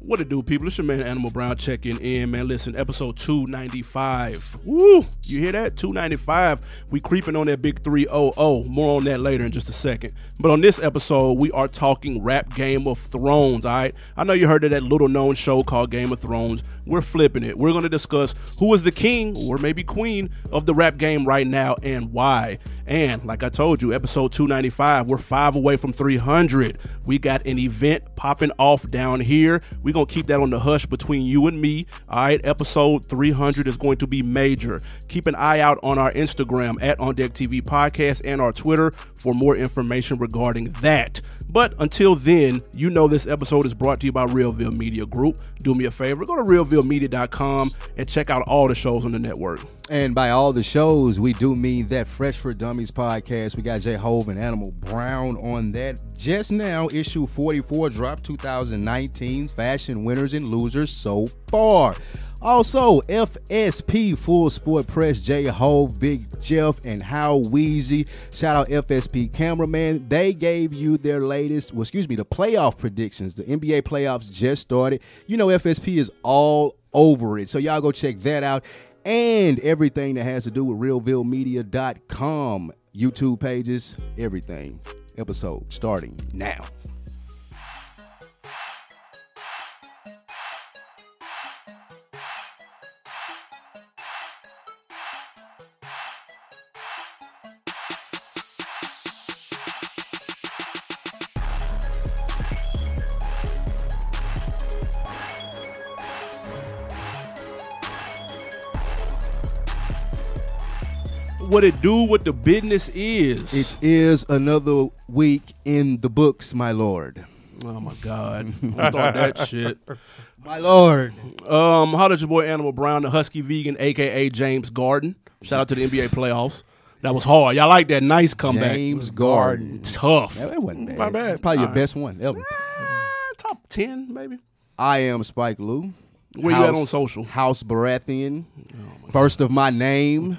What it do, people? It's your man Animal Brown checking in, man. Listen, episode 295. Woo! You hear that? 295. We creeping on that big 300. More on that later in just a second. But on this episode, we are talking rap Game of Thrones, all right? I know you heard of that little known show called Game of Thrones. We're flipping it. We're going to discuss who is the king or maybe queen of the rap game right now and why. And like I told you, episode 295, we're five away from 300. We got an event popping off down here. We're going to keep that on the hush between you and me. All right. Episode 300 is going to be major. Keep an eye out on our Instagram at On Deck TV Podcast and our Twitter for more information regarding that. But until then, you know this episode is brought to you by Realville Media Group. Do me a favor, go to realvillemedia.com and check out all the shows on the network. And by all the shows, we do mean that Fresh for Dummies podcast. We got J Hove and Animal Brown on that. Just now, issue 44 dropped 2019 Fashion Winners and Losers so far. Also, FSP Full Sport Press, J Hove, Big Jeff, and How Wheezy. Shout out FSP Cameraman. They gave you their latest, well, excuse me, the playoff predictions. The NBA playoffs just started. You know, FSP is all over it. So y'all go check that out. And everything that has to do with realvillemedia.com, YouTube pages, everything. Episode starting now. What it do, what the business is. It is another week in the books, my lord. oh my God. Don't start that shit. My lord. Um, how did your boy Animal Brown, the Husky Vegan, aka James Garden? Shout out to the NBA playoffs. That was hard. Y'all like that nice comeback. James Garden. Tough. That wasn't bad. My bad. Probably your All right. best one ever. Ah, top ten, maybe. I am Spike Lou. Where you at on social? Oh House Baratheon. First of my name.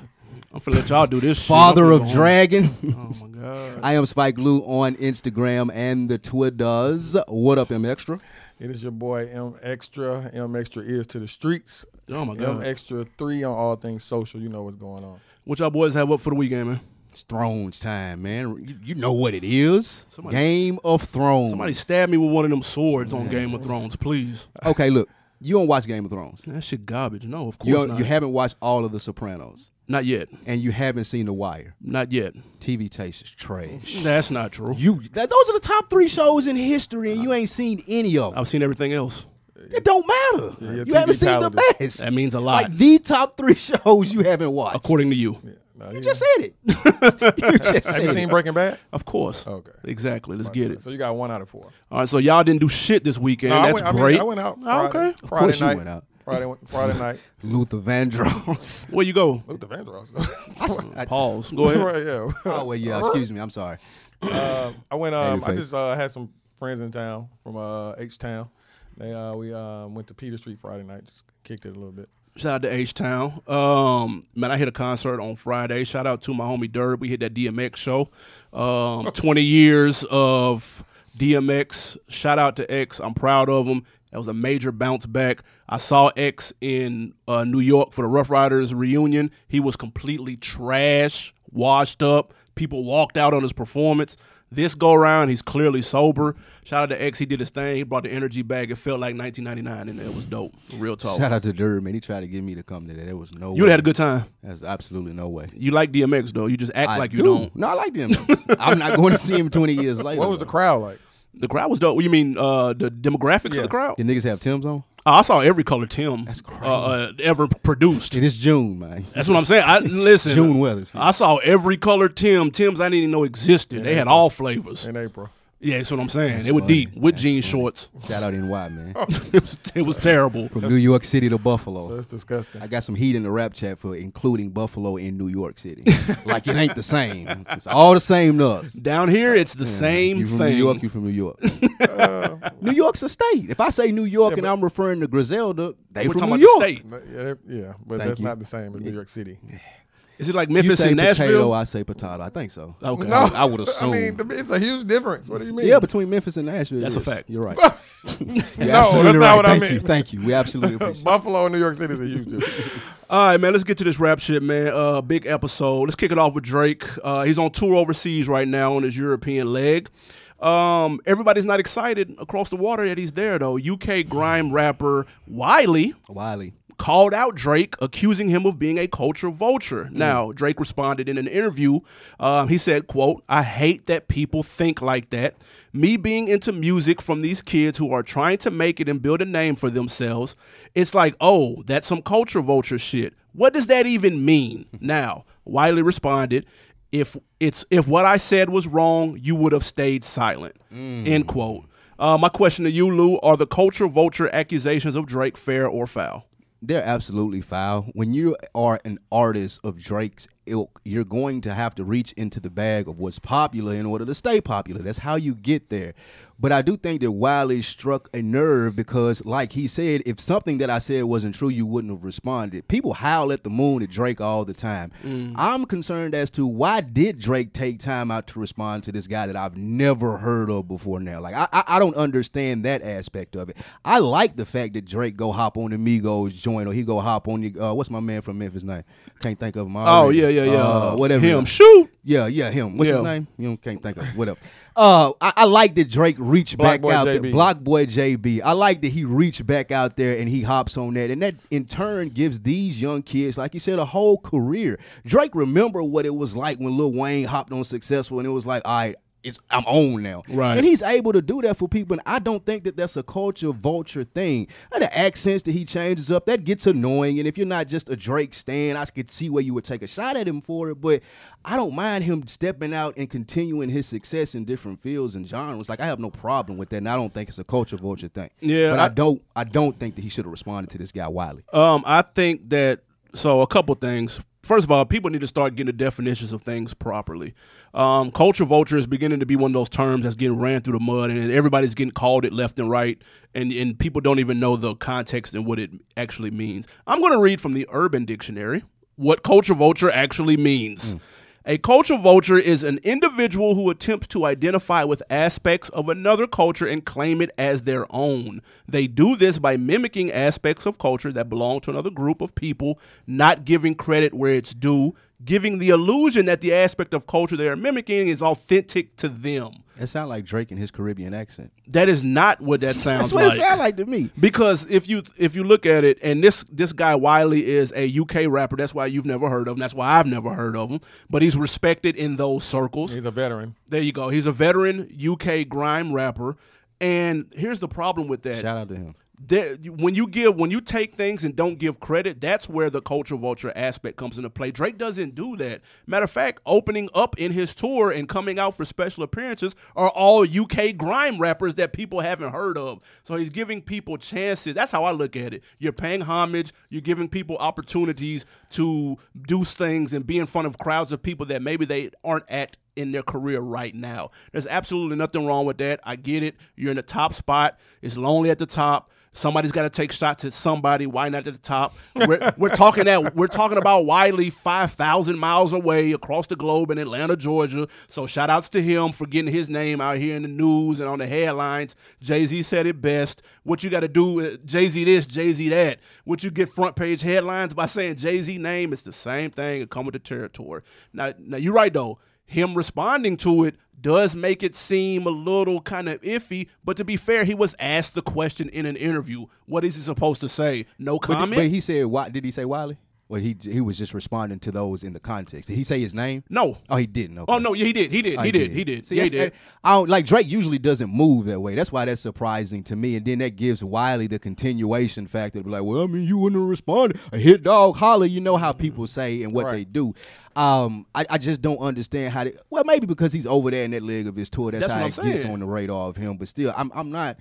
I'm finna let y'all do this. shit. Father I'm of finna go Dragon. home. Oh my god. I am Spike Lou on Instagram and the Twitters. What up, M Extra? It is your boy M Extra. M Extra is to the streets. Oh my M god. Extra three on all things social. You know what's going on. What y'all boys have up for the weekend, man? It's Thrones time, man. You, you know what it is. Somebody- Game of Thrones. Somebody stab me with one of them swords on Game of Thrones, please. okay, look. You don't watch Game of Thrones. That shit garbage. No, of course You, don't- not. you haven't watched all of The Sopranos. not yet. And you haven't seen The Wire. Not yet. TV taste is trash. That's not true. Oh, You that, those are the top three shows in history, and you ain't seen any of them. I've seen everything else. It don't matter. your you haven't TV seen the calendar. best. That means a lot. Like the top three shows you haven't watched. According to you. Now, you here- just said it. you just said have you it. seen Breaking Bad? Of course. Okay. Exactly. Let's get it. So you got one out of four. All right. So y'all didn't do shit this weekend. No, I That's went- I mean, great. I went out. Oh, Friday, okay. Friday course you night. went out. Friday Friday night. Luther Vandross. Where you go? Luther Vandross. Pause. Go ahead. right, yeah. oh well, yeah. Excuse me. I'm sorry. uh, I went. Um, I face. just uh, had some friends in town from uh, H Town. They uh, we um, went to Peter Street Friday night. Just kicked it a little bit. Shout out to H Town. Um, man, I hit a concert on Friday. Shout out to my homie Derb. We hit that DMX show. Um, 20 years of DMX. Shout out to X. I'm proud of him. That was a major bounce back. I saw X in uh, New York for the Rough Riders reunion. He was completely trash, washed up. People walked out on his performance. This go around, he's clearly sober. Shout out to X. He did his thing. He brought the energy back. It felt like 1999, and it was dope. Real talk. Shout out to Durr, man. He tried to get me to come to that. There was no. You way. would had a good time. There's absolutely no way. You like DMX though. You just act I like you do. don't. No, I like them. I'm not going to see him 20 years later. What was the though. crowd like? The crowd was dope. What You mean uh, the demographics of Yeah. the crowd? The niggas have Tim's on. I saw every color Tim That's crazy. Uh, uh, ever produced. It is June, man. That's what I'm saying. I listen. June Weathers. I saw every color Tim Tim's I didn't even know existed. They had all flavors. In April. Yeah, that's what I'm saying. They were funny. deep with That's jean funny. shorts. Shout out NY, man. it, was, it was terrible. From New York City to Buffalo. That's disgusting. I got some heat in the rap chat for including Buffalo in New York City. like it ain't the same. It's all the same to us. Down here, it's the same you from thing. Uh, New York, you from New York. New York's a state. If I say New York and I'm referring to Griselda, they We're from talking New about York. the state. But yeah, that- yeah, but Thank that's you. not the same as New York City. Is it like You Memphis say and potato, Nashville? Uh, I say potato. I think so. Okay. No, I would assume. I mean, it's a huge difference. What do you mean? Yeah, between Memphis and Nashville. it That's a is. fact. You're right. no, You're that's absolutely not right. what Thank I mean. You. Thank you. We absolutely appreciate it. Buffalo and New York City is a huge difference. All right, man. Let's get to this rap shit, man. Uh, big episode. Let's kick it off with Drake. Uh, he's on tour overseas right now on his European leg. Um, everybody's not excited across the water that he's there though. UK grime rapper Wiley Wiley. called out Drake, accusing him of being a culture vulture. Now, Drake responded in an interview. Um, he said, quote, I hate that people think like that. Me being into music from these kids who are trying to make it and build a name for themselves, it's like, oh, that's some culture vulture shit. What does that even mean? now, Wiley responded, if it's if what I said was wrong, you would have stayed silent. End quote. Uh, my question to you, Lou, are the culture vulture accusations of Drake fair or foul? They're absolutely foul. When you are an artist of Drake's ilk, you're going to have to reach into the bag of what's popular in order to stay popular. That's how you get there. But I do think that Wiley struck a nerve because, like he said, if something that I said wasn't true, you wouldn't have responded. People howl at the moon at Drake all the time. Mm. I'm concerned as to why did Drake take time out to respond to this guy that I've never heard of before now. Like I, I, I don't understand that aspect of it. I like the fact that Drake go hop on the Migos joint or he go hop on the uh, what's my man from Memphis name? Can't think of him. Oh already. yeah, yeah, yeah. Uh, whatever. Him shoot. Yeah, yeah, him. What's his Yeah. name? You don't- can't think of it. whatever. Uh, I, I like that Drake reached Block back Boy out. there. JB. Block boy JB. I like that he reached back out there and he hops on that, and that in turn gives these young kids, like you said, a whole career. Drake remember what it was like when Lil Wayne hopped on successful, and it was like, all right. It's, I'm on now, Right. And he's able to do that for people, and I don't think that that's a culture vulture thing. And the accents that he changes up that gets annoying, and if you're not just a Drake stan, I could see where you would take a shot at him for it. But I don't mind him stepping out and continuing his success in different fields and genres. Like I have no problem with that, and I don't think it's a culture vulture thing. Yeah, but I, I- don't. I don't think that he should have responded to this guy Wiley. Um, I think that so a couple things. First of all, people need to start getting the definitions of things properly. Um, culture vulture is beginning to be one of those terms that's getting ran through the mud, and everybody's getting called it left and right, and and people don't even know the context and what it actually means. I'm going to read from the Urban Dictionary what culture vulture actually Mm. means. A culture vulture is an individual who attempts to identify with aspects of another culture and claim it as their own. They do this by mimicking aspects of culture that belong to another group of people, not giving credit where it's due, giving the illusion that the aspect of culture they are mimicking is authentic to them. That sounds like Drake in his Caribbean accent. That is not what that sounds That's what like. it sounds like to me. Because if you if you look at it, and this this guy Wiley is a UK rapper, that's why you've never heard of him. That's why I've never heard of him. But he's respected in those circles. He's a veteran. There you go. He's a veteran UK grime rapper. And here's the problem with that. Shout out to him. There- when you give when you take things and don't give credit, that's where the culture vulture aspect comes into play. Drake doesn't do that. Matter of fact, opening up in his tour and coming out for special appearances are all UK grime rappers that people haven't heard of. So he's giving people chances. That's how I look at it. You're paying homage, you're giving people opportunities to do things and be in front of crowds of people that maybe they aren't at in their career right now. There's absolutely nothing wrong with that. I get it. You're in the top spot. It's lonely at the top. Somebody's got to take shots at somebody. Why not at the top? We're, we're talking that we're talking about Wiley, five thousand miles away across the globe in Atlanta, Georgia. So shout outs to him for getting his name out here in the news and on the headlines. Jay Z said it best. What you got to do, Jay Z this, Jay Z that. What you get front page headlines by saying Jay Z name is the same thing and come with the territory. Now, now you're right though him responding to it does make it seem a little kind of iffy. But to be fair, he was asked the question in an interview. What is he supposed to say? No But, comment. but he said, "Why did he say Wiley?" Well, he he was just responding to those in the context. Did he say his name? no. Oh, he didn't. Okay. Oh no, yeah, he did. He did. Oh, he did. He did. See, yeah, he that's- did. I don't, like Drake usually doesn't move that way. That's why that's surprising to me. And then that gives Wiley the continuation factor to be like, well, I mean, you wouldn't have responded. A hit dog holler. You know how people say and what they do. Um, I, I just don't understand how. They, well, maybe because he's over there in that leg of his tour. That's, That's how what it I'm gets saying. on the radar of him. But still, I'm I'm not.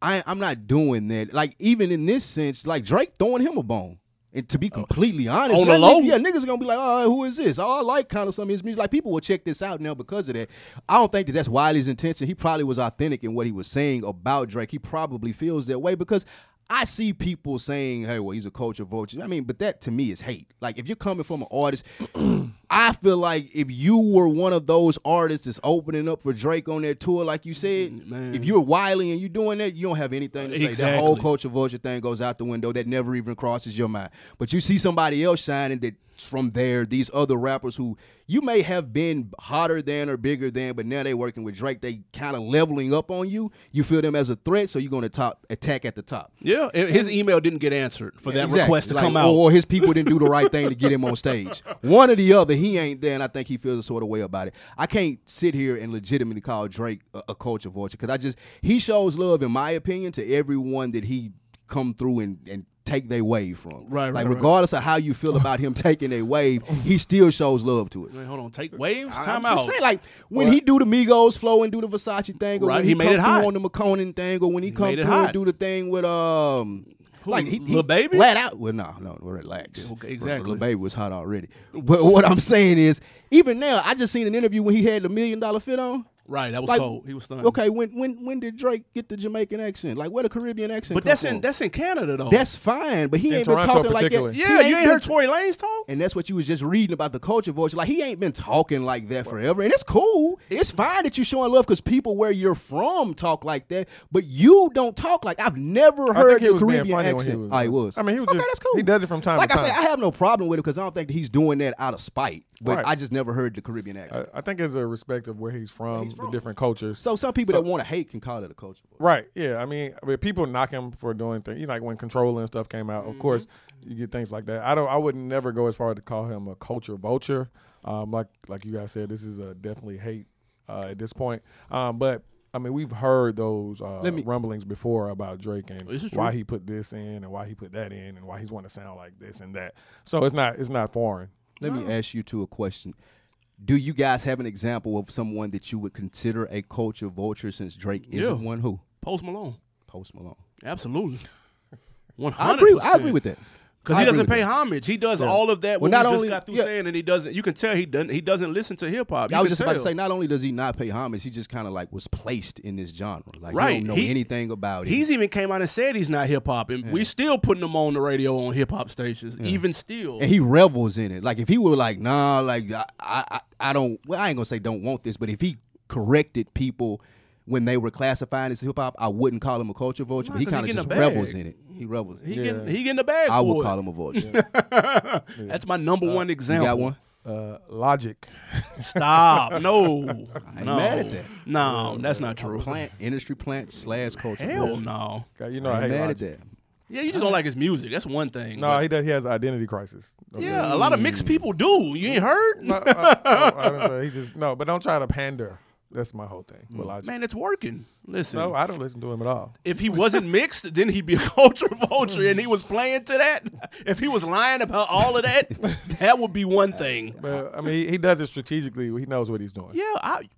I, I'm not doing that. Like even in this sense, like Drake throwing him a bone. And to be completely honest, Uh, On the nothing- low? yeah, niggas gonna be like, oh, who is this? Oh, I like kind of some of his music. Like people will check this out now because of that. I don't think that that's Wiley's intention. He probably was authentic in what he was saying about Drake. He probably feels that way because I see people saying, "Hey, well, he's a culture vulture." I mean, but that to me is hate. Like, if you're coming from an artist, I feel like if you were one of those artists that's opening up for Drake on their tour, like you said, Man. if you're wily and you're doing that, you don't have anything to say. That Exactly. whole culture vulture thing goes out the window. That never even crosses your mind. But you see somebody else shining that from there, these other rappers who you may have been hotter than or bigger than, but now they working with Drake. They kind of leveling up on you. You feel them as a threat, so you're going to top attack at the top. Yeah, and his email didn't get answered for that Exactly. request to Like, come out. Or his people didn't do the right thing to get him on stage. One or the other, he ain't there, and I think he feels a sort of way about it. I can't sit here and legitimately call Drake a, a culture vulture because I just he shows love, in my opinion, to everyone that he come through and and take their wave from. Right, right, Like right. regardless of how you feel about him taking a wave, he still shows love to it. Wait, hold on, take waves, I- time I'm out. Just saying, like when he do the Migos flow and do the Versace thing, or Right, when he, he made come it hot. through on the McConan thing, or when he, come made it through and hot. do the thing with um, Who, like he, he Lil Baby? flat out. Well, no, no, relax. Okay, exactly. Little baby was hot already. But what I'm saying is, even now, I just seen an interview when he had the million dollar fit on. right, that was Like, cold. He was stunned. Okay, when when when did Drake get the Jamaican accent? Like where the Caribbean accent? but come that's from? in that's in Canada though. that's fine. But he In ain't Toronto been talking like that. particularly. He yeah. You ain't been heard Tory Lanez talk. and that's what you was just reading about the culture vulture. Like he ain't been talking like that forever, and it's cool. It's fine that you showing love because people where you're from talk like that, but you don't talk like I've never I think heard he the was being Caribbean funny when he accent. was- I was. I mean, he was okay. just- that's cool. he does it from time to Like I said, time. I have no problem with it because I don't think that he's doing that out of spite, but Right. I just never heard the Caribbean accent. I, I think it's a respect of where he's from, the different cultures. so some people that want to hate can call it a culture vulture. Right. Yeah. I mean, I mean, people knock him for doing things. You know, like when Control and stuff came out. Mm-hmm. Of course, you get things like that. I don't. I would never go as far to call him a culture vulture. Um, like like you guys said, this is a definitely hate uh, at this point. Um, but I mean, we've heard those uh, Let me- rumblings before about Drake and This is why true. he put this in and why he put that in and why he's wanting to sound like this and that. So it's not it's not foreign. Let me ask you two a question. Do you guys have an example of someone that you would consider a culture vulture since Drake isn't Yeah. one? Who? Post Malone, Post Malone. absolutely. One I hundred. agree. I agree with that. Because I he agree doesn't with pay that. homage. He does all of that. Well, Well, not we only- just got through yeah. saying, and he doesn't. You can tell he doesn't. He doesn't listen to hip hop. I You was can just about to tell. say, not only does he not pay homage, he just kind of like was placed in this genre. Like, right. Right. don't know He- anything about it. He's even came out and said he's not hip hop, and we still putting him on the radio on hip hop stations, even still. and he revels in it. Like, if he were like, nah, like, I, I, I- I don't, well, I ain't gonna say don't want this, but if he corrected people when they were classifying as hip hop, I wouldn't call him a culture vulture, but he 'cause he kind of getting just a bag. revels in it. He revels in he it. getting he getting the bag. I for would it. call him a vulture. That's my number one You example. got one? Uh, logic. Stop. No. ain't no. mad at that. No, that's not true. Plant, industry plant slash culture Hell vulture. no. God, you know, I I'm hate mad at logic. that. Yeah, you just don't like his music. That's one thing. No, but- he does. He has an identity crisis. Okay. yeah, a lot of mixed people do. You ain't heard? No, I, I, I don't know. He just no, but don't try to pander. That's my whole thing. with logic. Man, it's working. Listen, No, I don't listen to him at all. if he wasn't mixed, then he'd be a culture vulture, and he was playing to that. If he was lying about all of that, that would be one thing. But I mean, he, he does it strategically. He knows what he's doing. Yeah, I,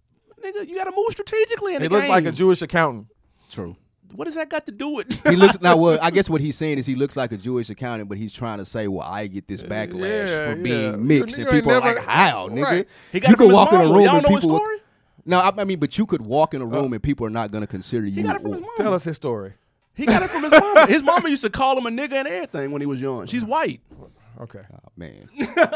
nigga, you got to move strategically in he the looks like a game. Jewish accountant. True. What does that got to do with? he looks now. Well, I guess what he's saying is he looks like a Jewish accountant, but he's trying to say, "Well, I get Uh, this backlash yeah, for yeah. being You mixed," and nigga ain't people are like, never- "How, nigga? Right. He got it from his mama. Y'all know his would- story? Uh, no, I, I mean, but you could walk in a room and people are not going to consider you. he got it from his or- mom. Tell us his story. He got it from his mama. His mama used to call him a nigga and everything when he was young. She's white. Okay. Oh, man.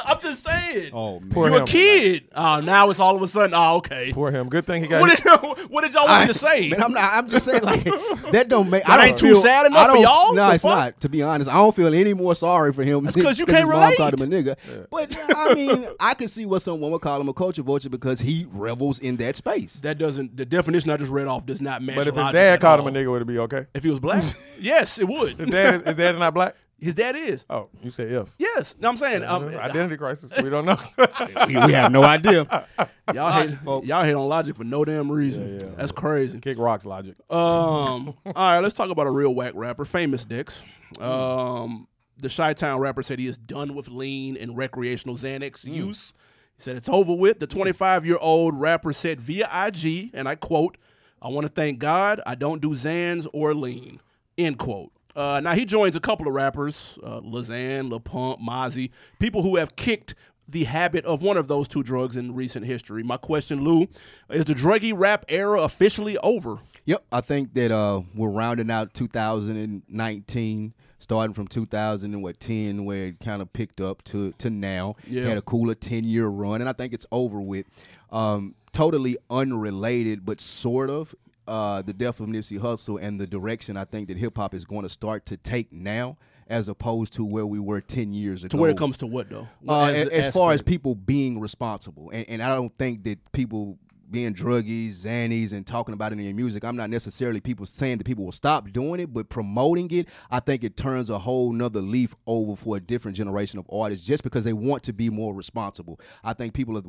I'm just saying. Oh man. Poor you a him. kid. Oh, now it's all of a sudden. Oh, okay. Poor him. Good thing he got. What did, what did y'all want me to say? Man, I'm not. I'm just saying, like that don't make. That I don't ain't too feel- sad enough I for don't- y'all? No, The it's fuck? not. To be honest, I don't feel any more sorry for him. That's 'cause you can't his mom called him relate. a nigga. But I mean, I could see what someone would call him a culture vulture because he revels in that space. that doesn't. The definition I just read off does not match. but if his logic dad at called all. him a nigga, would it be okay? if he was black, yes, it His would. dad is, his dad is not black. His dad is. Oh, you said if. Yes, no, I'm saying. Um, identity crisis. We don't know. we, we have no idea. y'all hate, folks. y'all hate on logic for no damn reason. That's crazy. Kick rocks logic. Um, all right, let's talk about a real whack rapper, Famous Dicks. Um, the Chi Town rapper said he is done with lean and recreational Xanax use. He said it's over with. The 25 year old rapper said via IG, and I quote, I want to thank God I don't do Xans or lean, end quote. Uh, now he joins a couple of rappers, uh, Lazan, La Pump, Mozzie, people who have kicked the habit of one of those two drugs in recent history. My question, Lou, is the druggy rap era officially over? Yep, I think that uh, we're rounding out 2019, starting from 2000 and what 10, where it kind of picked up to to now. Yeah. had a cooler 10 year run, and I think it's over with. Um, totally unrelated, but sort of. Uh, the death of Nipsey Hussle and the direction I think that hip hop is going to start to take now, as opposed to where we were 10 years ago. To where it comes to what though? Uh, As- as, as far as aspect. people being responsible, and, and I don't think that people being druggies, zannies, and talking about it in your music, I'm not necessarily people saying that people will stop doing it, but promoting it, I think it turns a whole nother leaf over for a different generation of artists just because they want to be more responsible. I think people are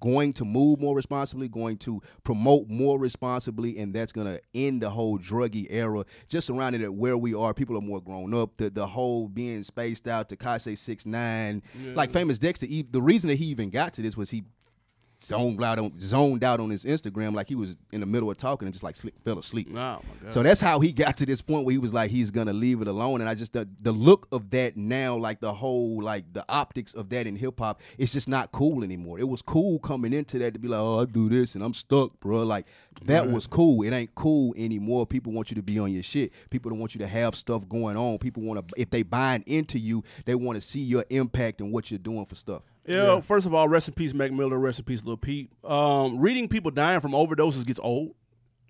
going to move more responsibly, going to promote more responsibly, and that's going to end the whole druggy era. Just surrounded at where we are, people are more grown up. The the whole being spaced out, Takashi six nine, like famous Dexter. he- The reason that he even got to this was he zoned out on zoned out on his Instagram, like he was in the middle of talking and just like sleep, fell asleep. Oh, my God. So that's how he got to this point where he was like, he's gonna leave it alone. And I just the, the look of that now, like the whole like the optics of that in hip hop, it's just not cool anymore. It was cool coming into that to be like, oh, I do this and I'm stuck, bro. Like that was cool. It ain't cool anymore. People want you to be on your shit. People don't want you to have stuff going on. People want to if they buying into you, they want to see your impact and what you're doing for stuff. Yeah, first of all, rest in peace, Mac Miller. Rest in peace, Lil Pete. Um, reading people dying from overdoses gets old.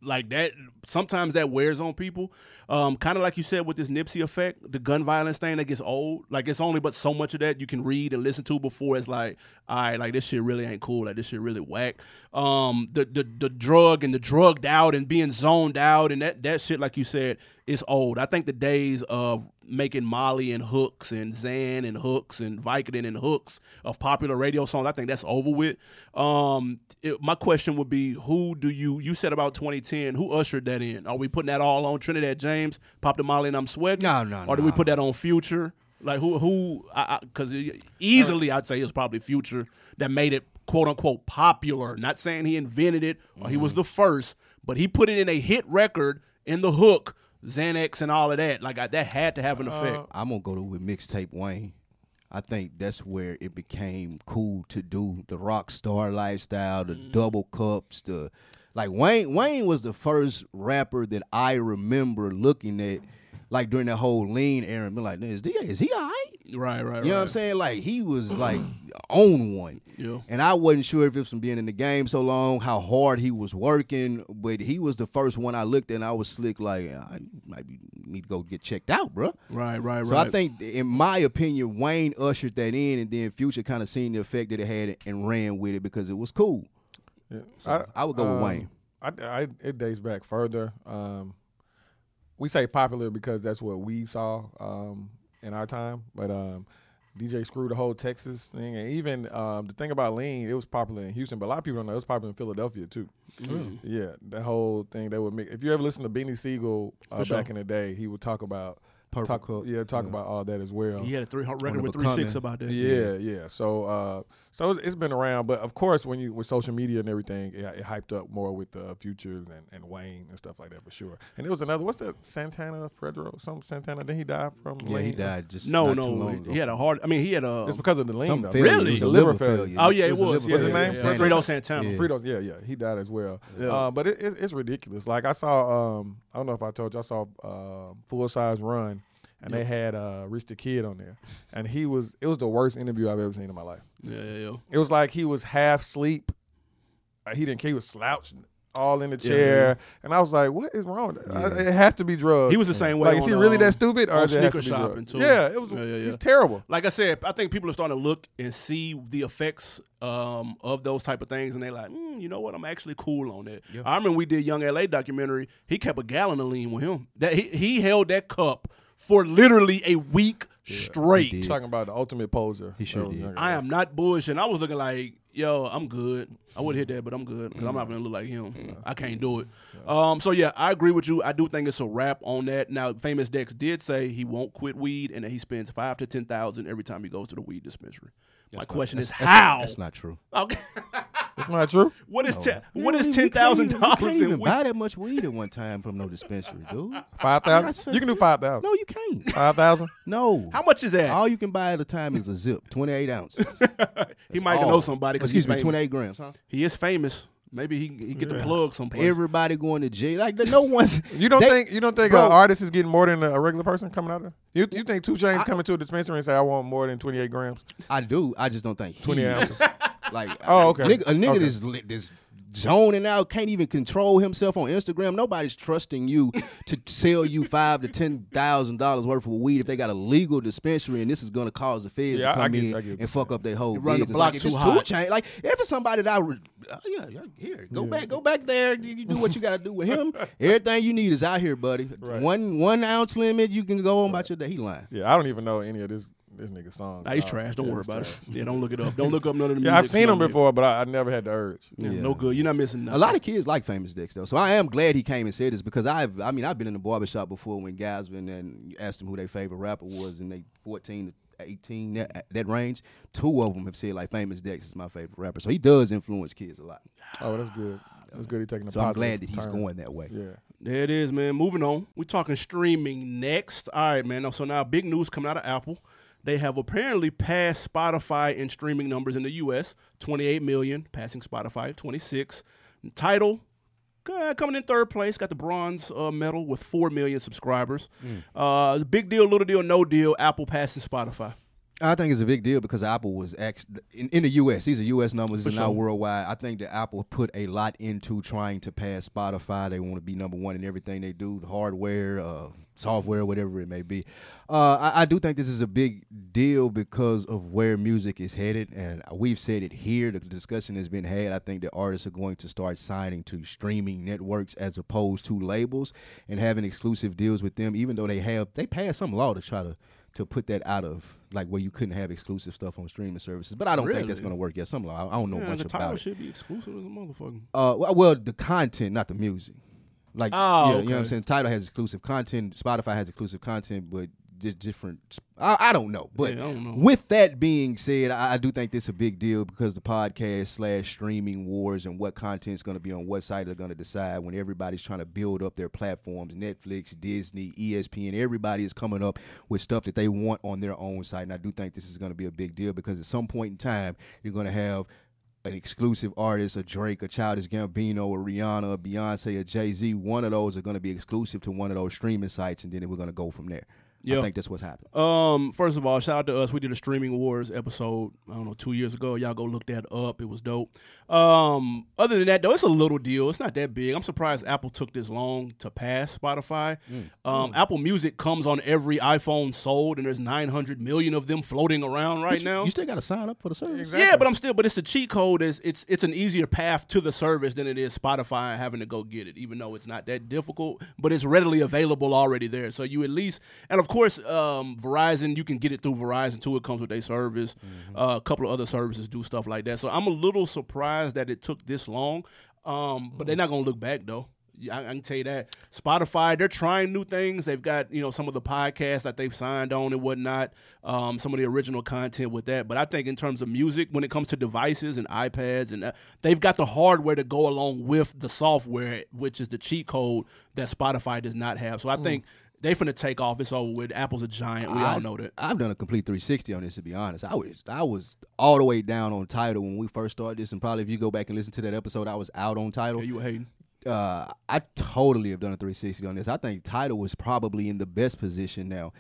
Like that, sometimes that wears on people. Um, kind of like you said with this Nipsey effect, the gun violence thing that gets old. Like it's only but so much of that you can read and listen to before it's like, all right, like this shit really ain't cool. Like this shit really whack. Um, the the the drug and the drugged out and being zoned out and that that shit, like you said, is old. I think the days of making Molly and hooks and Xan and hooks and Vicodin and hooks of popular radio songs. I think that's over with. Um, it- my question would be, who do you? You said about 2010. Who ushered that in? Are we putting that all on Trinidad James, Pop the Molly, and I'm sweating? No, no, Or do we no. put that on Future? Like who? Who? Because e, easily, I'd say it's probably Future that made it quote unquote popular. Not saying he invented it or he Mm-hmm. was the first, but he put it in a hit record in the hook. Xanax and all of that, like I, that, had to have Uh, an effect. I'm gonna go to with mixtape Wayne. I think that's where it became cool to do the rock star lifestyle, the Mm-hmm. double cups, the like Wayne Wayne was the first rapper that I remember looking at like during that whole lean era and be like, is, he- is he all right? Right, right, You know what I'm saying? Like he was like on one. Yeah. And I wasn't sure if it was from being in the game so long, how hard he was working, but he was the first one I looked at and I was slick like I might be- need to go get checked out, bruh. Right, right, right. So I think, in my opinion, Wayne ushered that in, and then Future kind of seen the effect that it had and ran with it because it was cool. Yeah. I would go Um, with Wayne. Um, I, I- it dates back further. Um, we say popular because that's what we saw um, in our time, but um, DJ Screw the whole Texas thing, and even um, the thing about lean, it was popular in Houston, but a lot of people don't know it was popular in Philadelphia too. Yeah, that whole thing that would make. If you ever listen to Beanie Siegel uh, back sure. in the day, he would talk about Purple talk, Cup. yeah, talk about all that as well. he had a three record of with a three six kind. about that. Yeah, yeah. So, uh, so it's- it's been around, but of course, when you with social media and everything, it, it hyped up more with the futures and, and Wayne and stuff like that for sure. And there was another. What's that? Santana Fredro? Some Santana? Then he died from. Yeah, he lean? died just uh, No, not too no, long he- ago. he had a hard. I mean, he had a. It's because of the lean. Some though. failure. uh, Really? It was a The liver liver failure. failure. Oh yeah, It it a was. liver Yeah, What's his yeah, name? yeah. Santana. Fredo Santana. Yeah. Fritos, yeah, yeah, he died as well. Uh, but it, it, it's ridiculous. Like I saw, um, I don't know if I told you, I saw uh, Full Size Run, and they had uh, Rich the Kid on there, and he was. It was the worst interview I've ever seen in my life. Yeah, yeah, yeah. It was like he was half asleep. Uh, He didn't. care. He was slouching all in the chair, and I was like, "What is wrong? with that? I- it has to be drugs." He was the same way. like, is on, he really um, that stupid? Or on is it has to sneaker be shopping drugs? too. Yeah, it was. Yeah, yeah, yeah. He's terrible. Like I said, I think people are starting to look and see the effects um, of those type of things, and they're like, mm, you know what? I'm actually cool on that. I remember we did Young LA documentary. He kept a gallon of lean with him. That he, he held that cup for literally a week straight. Talking about the ultimate poser. He sure did. I am not bullshitting. I was looking like, yo, I'm good. I would hit that, but I'm good because I'm not gonna look like him. I can't do it. Um, so yeah, I agree with you. I do think it's a wrap on that. Now, famous Dex did say he won't quit weed and that he spends five to ten thousand every time he goes to the weed dispensary. My question is how? That's not true. Okay. It's not true. what is ten? What You is ten can't thousand even- You dollars can't in even weed? buy that much weed at one time from no dispensary, dude. Five thousand. You can do five thousand. No, you can't. Five thousand. No. How much is that? All you can buy at a time is a zip, 28 ounces. he might All. know somebody. 'cause Excuse he's me, famous. 28 grams. Huh? He is famous. Maybe he he get the plug someplace. Everybody going to jail. Like the, no one's. You don't they- think you don't think an Bro. artist is getting more than a regular person coming out of? You you think two chains coming to a dispensary and say I want more than twenty eight grams, I do. I just don't think he twenty is. ounces? Like Oh, okay. a nigga, a nigga Okay. that's lit, that's zoning out, can't even control himself on Instagram. Nobody's trusting you to sell you five to ten thousand dollars worth of weed if they got a legal dispensary and this is gonna cause the feds Yeah, I- to I come get- in I get- and fuck up their whole run the business. block like, if too it's hot. two chain, like if it's somebody that I, re- oh, yeah, yeah, here, go back, go back there. You, you do what you gotta do with him. Everything you need is out here, buddy. One one ounce limit, you can go on about your day. He lying. Yeah, I don't even know any of this this nigga songs. Nah, he's Uh, trash. Don't yeah, worry he's about trash. it. Yeah, don't look it up. Don't look up none of the music. Yeah, I've seen none him of it. before, but I, I never had the urge. Yeah, Yeah. No good. You're not missing nothing. A lot of kids like famous dicks though, so I am glad he came and said this because I've, I mean, I've been in the barbershop before when guys been and you asked them who their favorite rapper was, and they fourteen to eighteen that, that range. Two of them have said like famous Dex is my favorite rapper, so he does influence kids a lot. Oh, that's good. That's good. He's taking a So I'm positive glad that he's turn. going that way. Yeah. There it is, man. Moving on. We're talking streaming next. All right, man. Now, So now big news coming out of Apple. They have apparently passed Spotify in streaming numbers in the US, 28 million, passing Spotify at 26. Title uh, coming in third place, got the bronze uh, medal with 4 million subscribers. Mm. Uh, it's a big deal, little deal, no deal, Apple passing Spotify. I think it's a big deal because Apple was actually in, in the U.S. These are U.S. numbers; it's not worldwide. I think that Apple put a lot into trying to pass Spotify. They want to be number one in everything they do, the hardware, uh, software, whatever it may be. Uh, I, I do think this is a big deal because of where music is headed, and we've said it here. The discussion has been had. I think that artists are going to start signing to streaming networks as opposed to labels and having exclusive deals with them, even though they have they passed some law to try to to put that out of like where you couldn't have exclusive stuff on streaming services. But I don't think that's Really? going to work yet. Some law. I I don't know Man, much the about title it. should be exclusive as a motherfucker. Uh, well, well, the content, not the music. Like, Oh, yeah, you know what I'm okay. saying. Title has exclusive content. Spotify has exclusive content, but di- different. I, I don't know. But Yeah, I don't know. with that being said, I, I do think this a big deal because the podcast slash streaming wars and what content's going to be on what site are going to decide when everybody's trying to build up their platforms. Netflix, Disney, E ESPN, everybody is coming up with stuff that they want on their own site, and I do think this is going to be a big deal because at some point in time you're going to have an exclusive artist, a Drake, a Childish Gambino, a Rihanna, a Beyonce, a Jay Z, one of those are going to be exclusive to one of those streaming sites, and then we're going to go from there. Yeah. I think that's what's happened. Um, first of all, shout out to us. We did a streaming wars episode, I don't know, two years ago. Y'all go look that up. It was dope. Um, other than that, though, it's a little deal. It's not that big. I'm surprised Apple took this long to pass Spotify. Mm. Um, Apple Music comes on every iPhone sold, and there's 900 million of them floating around right now. you still got to sign up for the service. Yeah, but I'm still. But it's a cheat code. Is it's it's an easier path to the service than it is Spotify and having to go get it, even though it's not that difficult. But it's readily available already there, so you at least. And of course, um, Verizon, you can get it through Verizon too. It comes with their service. Uh, a couple of other services do stuff like that. So I'm a little surprised that it took this long. Um, but they're not gonna look back though. Yeah, I, I can tell you that Spotify, they're trying new things. They've got you know some of the podcasts that they've signed on and whatnot, um, some of the original content with that. But I think in terms of music, when it comes to devices and iPads, and that, they've got the hardware to go along with the software, which is the cheat code that Spotify does not have. So Mm. I think they finna take off. It's over with. Apple's a giant. We all know that. I've done a complete 360 on this. To be honest, I was I was all the way down on title when we first started this, and probably if you go back and listen to that episode, I was out on title. Yeah, you were hating. uh, I totally have done a 360 on this. I think Title was probably in the best position now.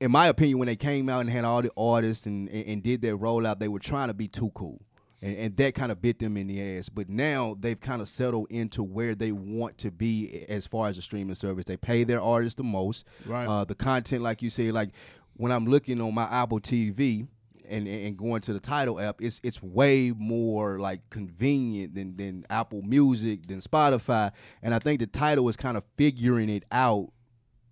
In my opinion, when they came out and had all the artists and, and, and did their rollout, they were trying to be too cool. And, and that kind of bit them in the ass. But now they've kind of settled into where they want to be as far as the streaming service. They pay their artists the most. Right. Uh, the content, like you said, like when I'm looking on my Apple TV, and, and and going to the title app, it's it's way more like convenient than than Apple Music, than Spotify. And I think the title is kind of figuring it out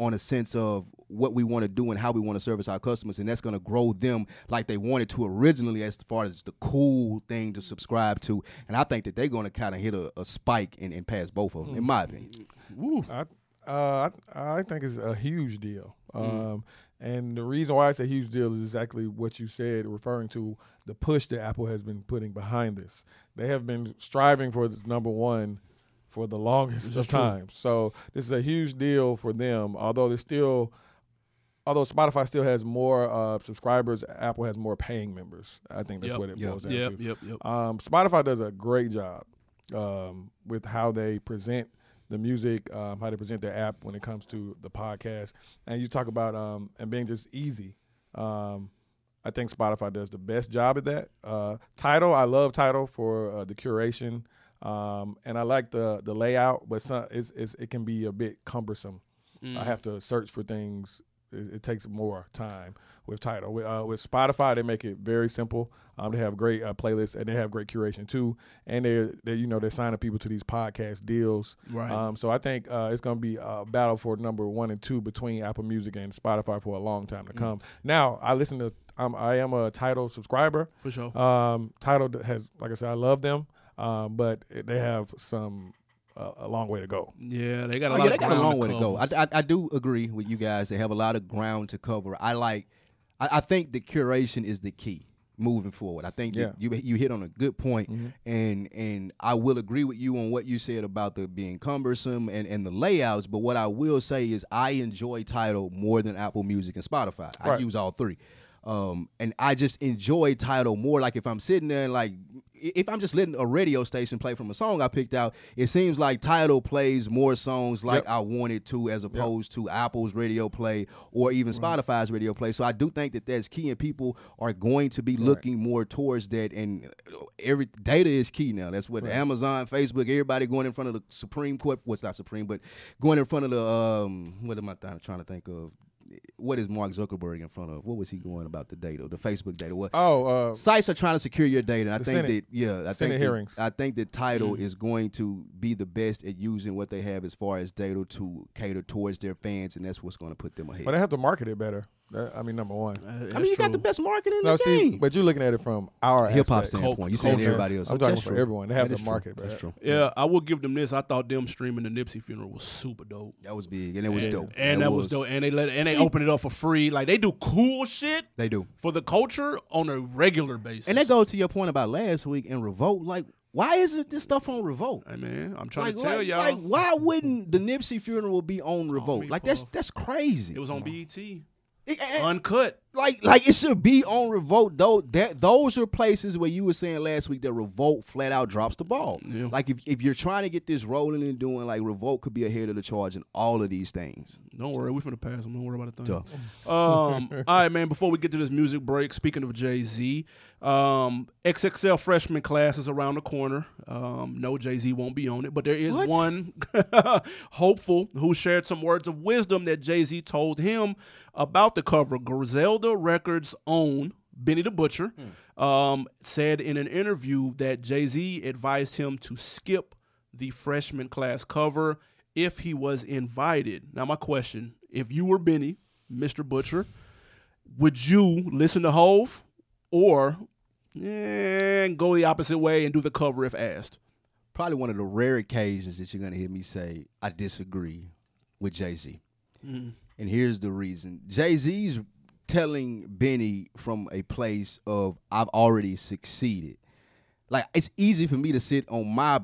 on a sense of what we want to do and how we want to service our customers and that's going to grow them like they wanted to originally as far as the cool thing to subscribe to and i think that they're going to kind of hit a, a spike and, and pass both of them in my opinion Woo. I, uh, I I think it's a huge deal. Mm. Um, And the reason why it's a huge deal is exactly what you said, referring to the push that Apple has been putting behind this. They have been striving for this number one for the longest of time. So this is a huge deal for them, although they're still although Spotify still has more uh, subscribers, Apple has more paying members. I think that's Yep, what it yep, boils down Yep, to. yep, yep. Um, Spotify does a great job. um, with how they present the music, um, how they present their app when it comes to the podcast. And you talk about um, and being just easy. Um, I think Spotify does the best job at that. Uh, title, I love title for uh, the curation, um, and I like the the layout, but some, it's, it's, it can be a bit cumbersome. I have to search for things. It, it takes more time with title. With, uh, with Spotify, they make it very simple. Um, they have great uh, playlists and they have great curation too. And they they you know they're signing people to these podcast deals. Right. Um, so I think uh, it's going to be a battle for number one and two between Apple Music and Spotify for a long time to come. Now I listen to I'm, I am a title subscriber. For sure. Um, title has like I said I love them, um, but it- they have some uh, a long way to go. yeah, they got a Oh, lot yeah, of they got a ground long way to cover. go. I, I, I do agree with you guys. They have a lot of ground to cover. I like. I, I think the curation is the key moving forward. I think that you you hit on a good point, and and I will agree with you on what you said about the being cumbersome and and the layouts. But what I will say is I enjoy title more than Apple Music and Spotify. I Right. use all three. Um, and I just enjoy title more. Like if I'm sitting there and like i- if I'm just letting a radio station play from a song I picked out, it seems like title plays more songs like I wanted to, as opposed to Apple's radio play or even Spotify's radio play. So I do think that that's key, and people are going to be looking more towards that. And uh, every data is key now. That's what Amazon, Facebook, everybody going in front of the Supreme Court. What's not Supreme, but going in front of the um, what am I th- trying to think of? What is Mark Zuckerberg in front of? What was he going about the data, the Facebook data? What Oh, uh, sites are trying to secure your data. And I think Senate. that yeah, I Senate think hearings. Mm-hmm. That, I think that title is going to be the best at using what they have as far as data to cater towards their fans, and that's what's going to put them ahead. but they have to market it better. That, I mean, number one. Uh, I that's mean, you got true. the best market in No, the see, game. but you're looking at it from our Hip hop aspect. standpoint, you saying Culture. everything else? I'm talking That's for true. everyone. They have That is to true. market, bro. That's true. Yeah, I will give them this. I thought them streaming the Nipsey funeral was super dope. That was big, and it was and, dope. and that, was, dope. And they let and they open it up for free. Like they do cool shit They do. for the culture on a regular basis. And that goes to your point about last week and Revolt. Like, why isn't this stuff on Revolt? Hey man, I'm trying Like, to tell like, y'all. like, why wouldn't the Nipsey funeral be on Revolt? me, like, that's Puff. that's crazy. it was on BET. It- it- Uncut. like like it should be on revolt though that those are places where you were saying last week that revolt flat out drops the ball Yeah. like if, if you're trying to get this rolling and doing like revolt could be ahead of the charge in all of these things Don't worry, we finna pass them. Don't worry about a thing. Um, all right, man. Before we get to this music break, speaking of Jay Z, um, XXL freshman class is around the corner. Um, no, Jay Z won't be on it, but there is What? one hopeful who shared some words of wisdom that Jay Z told him about the cover. Griselda Records' own Benny the Butcher um, said in an interview that Jay Z advised him to skip the freshman class cover if he was invited. Now, my question if you were Benny, Mr. Butcher, would you listen to Hove or eh, go the opposite way and do the cover if asked? probably one of the rare occasions that you're going to hear me say I disagree with Jay Z. And here's the reason Jay Z's telling Benny from a place of, I've already succeeded. Like, it's easy for me to sit on my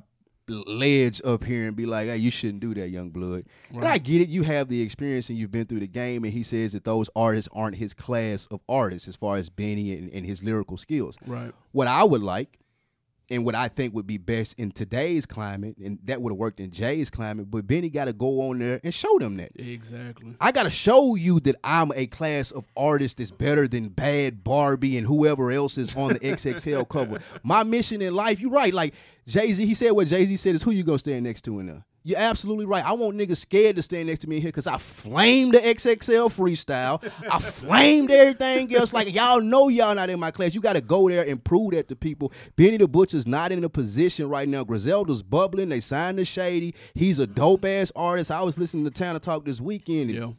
ledge up here and be like, hey, you shouldn't do that, young blood. And I get it. You have the experience and you've been through the game. And he says that those artists aren't his class of artists as far as Benny and, and his lyrical skills. Right. What I would like and what I think would be best in today's climate, and that would have worked in Jay's climate, but Benny got to go on there and show them that. Exactly. I got to show you that I'm a class of artist that's better than Bad Barbie and whoever else is on the XXL cover. My mission in life, you're right. Like Jay Z, he said what Jay Z said is who you gonna stand next to in there. You're absolutely right. I want niggas scared to stand next to me in here because I flame the XXL freestyle. I flamed everything else. Like y'all know y'all not in my class. You got to go there and prove that to people. Benny the Butcher's not in a position right now. Griselda's bubbling. They signed the Shady. He's a dope ass artist. I was listening to Town Talk this weekend. and Yeah.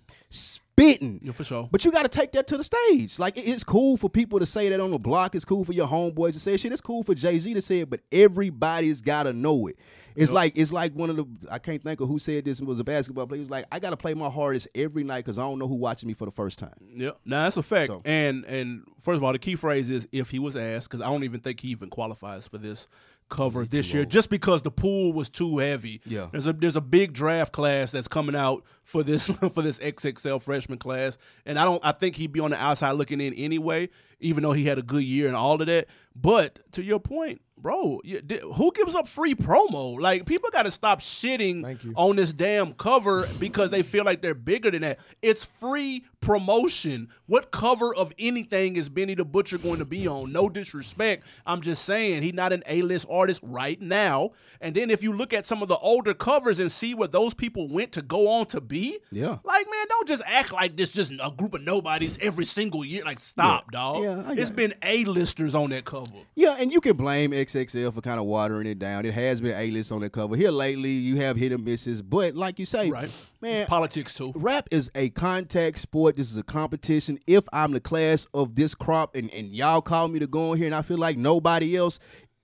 spitting. Yeah, for sure. But you got to take that to the stage. Like it- it's cool for people to say that on the block. It's cool for your homeboys to say shit. It's cool for Jay Z to say it, but everybody's gotta know it. It's like it's like one of the I can't think of who said this. It was a basketball player. He was like, I gotta play my hardest every night because I don't know who watching me for the first time. Yeah. Now that's a fact. So- And and first of all, the key phrase is if he was asked, because I don't even think he even qualifies for this cover this year, just because the pool was too heavy. Yeah. There's a there's a big draft class that's coming out for this for this XXL freshman class, and I don't I think he'd be on the outside looking in anyway, even though he had a good year and all of that. But to your point, bro, you, di- who gives up free promo? Like people got to stop Thank shitting you. on this damn cover because they feel like they're bigger than that. It's free promotion. What cover of anything is Benny the Butcher going to be on? No disrespect. I'm just saying he's not an A-list artist right now. And then if you look at some of the older covers and see what those people went to go on to be, Yeah. like man, don't just act like this just a group of nobodies every single year. Like stop, dog. Yeah, I it's got it. been A-listers on that cover. Yeah, and you can blame XXL for kind of watering it down. It has been A list on the cover. Here lately, you have hit and misses, but like you say, Right. man, It's politics too. rap is a contact sport. This is a competition. If I'm the class of this crop and, and y'all call me to go on here and I feel like nobody else,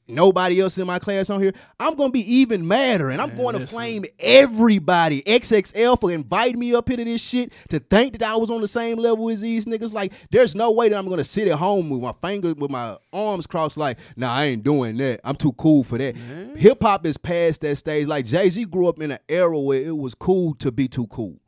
nobody else in my class on here, I'm gonna be even madder and I'm going to listen. flame everybody. XXL for inviting me up here to this shit to think that I was on the same level as these niggas. Like, there's no way that I'm gonna sit at home with my finger with my arms crossed, like, nah, I ain't doing that. I'm too cool for that. Hip hop is past that stage. Like Jay-Z grew up in an era where it was cool to be too cool.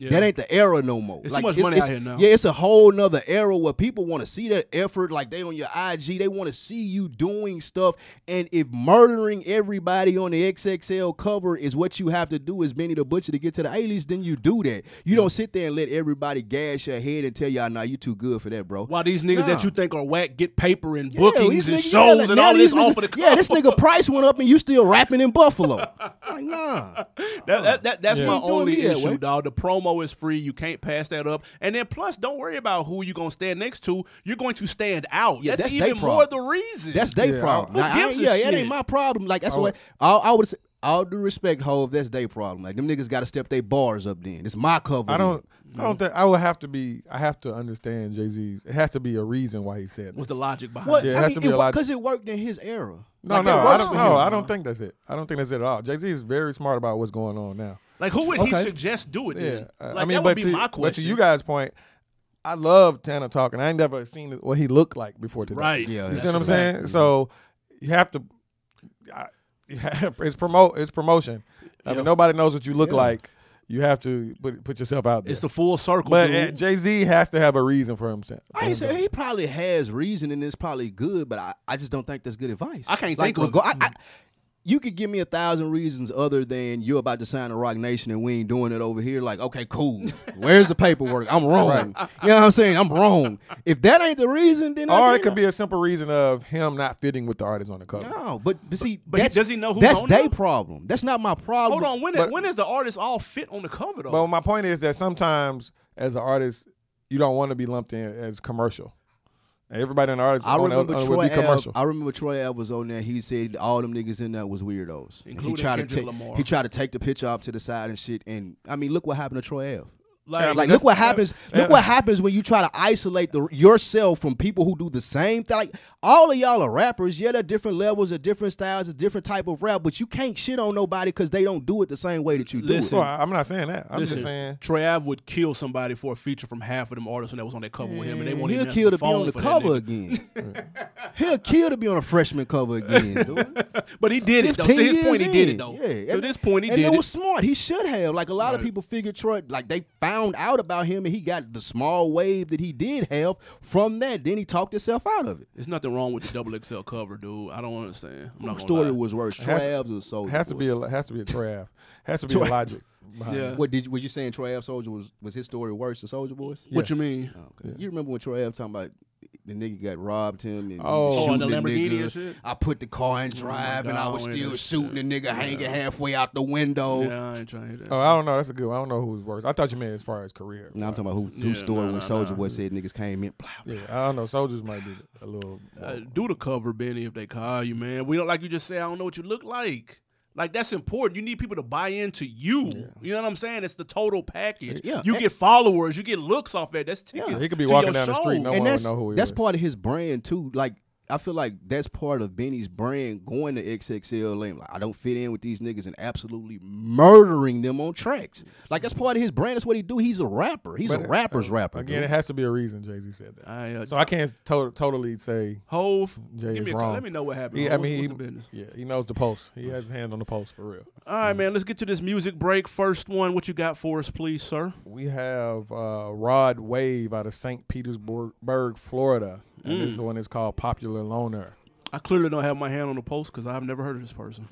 Yeah. That ain't the era no more. It's too much money out here now. Yeah, it's a whole nother era where people want to see that effort. Like they on your IG, they want to see you doing stuff. And if murdering everybody on the XXL cover is what you have to do as Benny the Butcher to get to the A list, then you do that. You don't sit there and let everybody gas your head and tell y'all, nah, you too good for that, bro. Why these niggas Nah. that you think are whack get paper and Yeah, bookings these and niggas- yeah, shows like, and now all these this off niggas- of the Yeah, this nigga price went up and you still rapping in Buffalo. like, nah. That, that, that- that's Yeah. my Ain't doing only me that way. issue, dog. The promo is free. You can't pass that up. And then plus, don't worry about who you're gonna stand next to. You're going to stand out. Yeah, that's, that's they even more problem. the reason. That's their Yeah. problem. Who Now, I gives ain't- a yeah, that shit? ain't my problem. Like that's I what I, I would say. All due respect, Hove, that's their problem. Like them niggas got to step their bars up. Then it's my cover. I then. don't. I Mm-hmm. don't think I would have to be. I have to understand Jay Z. It has to be a reason why he said. was That. the logic behind What? it. Yeah, it I has mean, to be a lot- because it worked in his era. No, Like, no, that I works don't. for No, him. I don't think that's it. I don't think that's it at all. Jay Z is very smart about what's going on now. Like, who would Okay. he suggest do it? Yeah, Then? I- Like, I mean, that but would be to, my but to question. you guys' point, I love Tana talking. I ain't never seen what he looked like before today. right? Yeah, You Uh, that's see what I'm right. saying? So you have to. I, you have- it's promote. It's promotion. I Yep. mean, nobody knows what you look Yeah. like. You have to put put yourself out there. It's the full circle. but dude. Jay Z has to have a reason for himself. I ain't saying he probably has reason and it's probably good, but I, I just don't think that's good advice. I can't like, think of- rego- I, I, you could give me a thousand reasons other than you're about to sign a Rock Nation and we ain't doing it over here. Like, okay, cool. Where's the paperwork? I'm wrong. You know what I'm saying? I'm wrong. If that ain't the reason, then I Or get it could be a simple reason of him not fitting with the artist on the cover. No, but, but see, But he- that's, does he know who's that's on their there? problem. That's not my problem. hold on, when but- when is the artist all fit on the cover though? But my point is that sometimes, as an artist, you don't want to be lumped in as commercial. Everybody in the artist I on- remember on- Troy. would be Ave, commercial. I remember Troy Ave was on there. He said all them niggas in there was weirdos. And he Including tried to Kendrick take. Lamar. He tried to take the picture off to the side and shit. And I mean, look what happened to Troy Ave. like, Like, that's- look what happens. yeah. Look what happens when you try to isolate the, yourself from people who do the same thing. Like all of y'all are rappers. Yeah, they're different levels, of different styles, a different type of rap. But you can't shit on nobody because they don't do it the same way that you do Listen, So I, am not saying that. I'm just Listen, saying. Trav would kill somebody for a feature from half of them artists that was on that cover with him, and they it. won't He'll even kill to answer be on phone the for that cover nigga. again. He'll kill to be on a freshman cover again. Dude. But he did it though. To 15 his point, he years did in. it though. Yeah. To this point, he and did it it. was smart. He should have. Like a lot of Right. people figured Troy, like they found out about him, and he got the small wave that he did have from that. Then he talked himself out of it. There's nothing wrong with the double XL cover, dude. I don't understand. I'm not The gonna story lie. was worse. has- Trav's or Soldier. Has to be a has to be a Trav. Has to be a Trav. logic. behind Yeah. it. What did you, were you saying? Trav Soldier was was his story worse than Soldier Boys? What you mean? Okay. You remember when Trav talking about the nigga got robbed him and Oh. shooting Oh, and the Lamborghini nigga. and shit? Oh, I put the car in drive and I God, was wait still a shooting the nigga hanging halfway out the window. Yeah, I ain't trying to hear that. Oh, I don't know. That's a good. One. I don't know who's worse. I thought you meant as far as career. No, I'm talking about who, who Yeah, story nah, when nah, Soldier nah. Boy said niggas came in. Blah, Yeah, I don't know. Soldiers might be a little. Uh, do the cover, Benny, if they call you, man. We don't like you just say, I don't know what you look like. Like that's important. You need people to buy into you. You know what I'm saying? It's the total package. Yeah. You get followers, you get looks off that. That's tickets. he could be to walking your down the street, show. no and one would that's know who he that's was. part of his brand too. Like I feel like that's part of Benny's brand going to XXL and like I don't fit in with these niggas and absolutely murdering them on tracks. Like that's part of his brand. That's what he do. He's a rapper. He's But, a uh, rapper's rapper. Again, it dude. has to be a reason. Jay Z said that. I, uh, So I can't to- totally say. Hove, Jay give is me a wrong. call. Let me know what happened. He, I Hove. mean, What's he- the business? Oh, yeah, he knows the post. He has his hand on the post for real. All right, man. Let's get to this music break. First one, what you got for us, please, sir? We have uh, Rod Mm. Wave out of St. Petersburg, Florida, and this one is called Popular Loner. I clearly don't have my hand on the pulse because I've never heard of this person.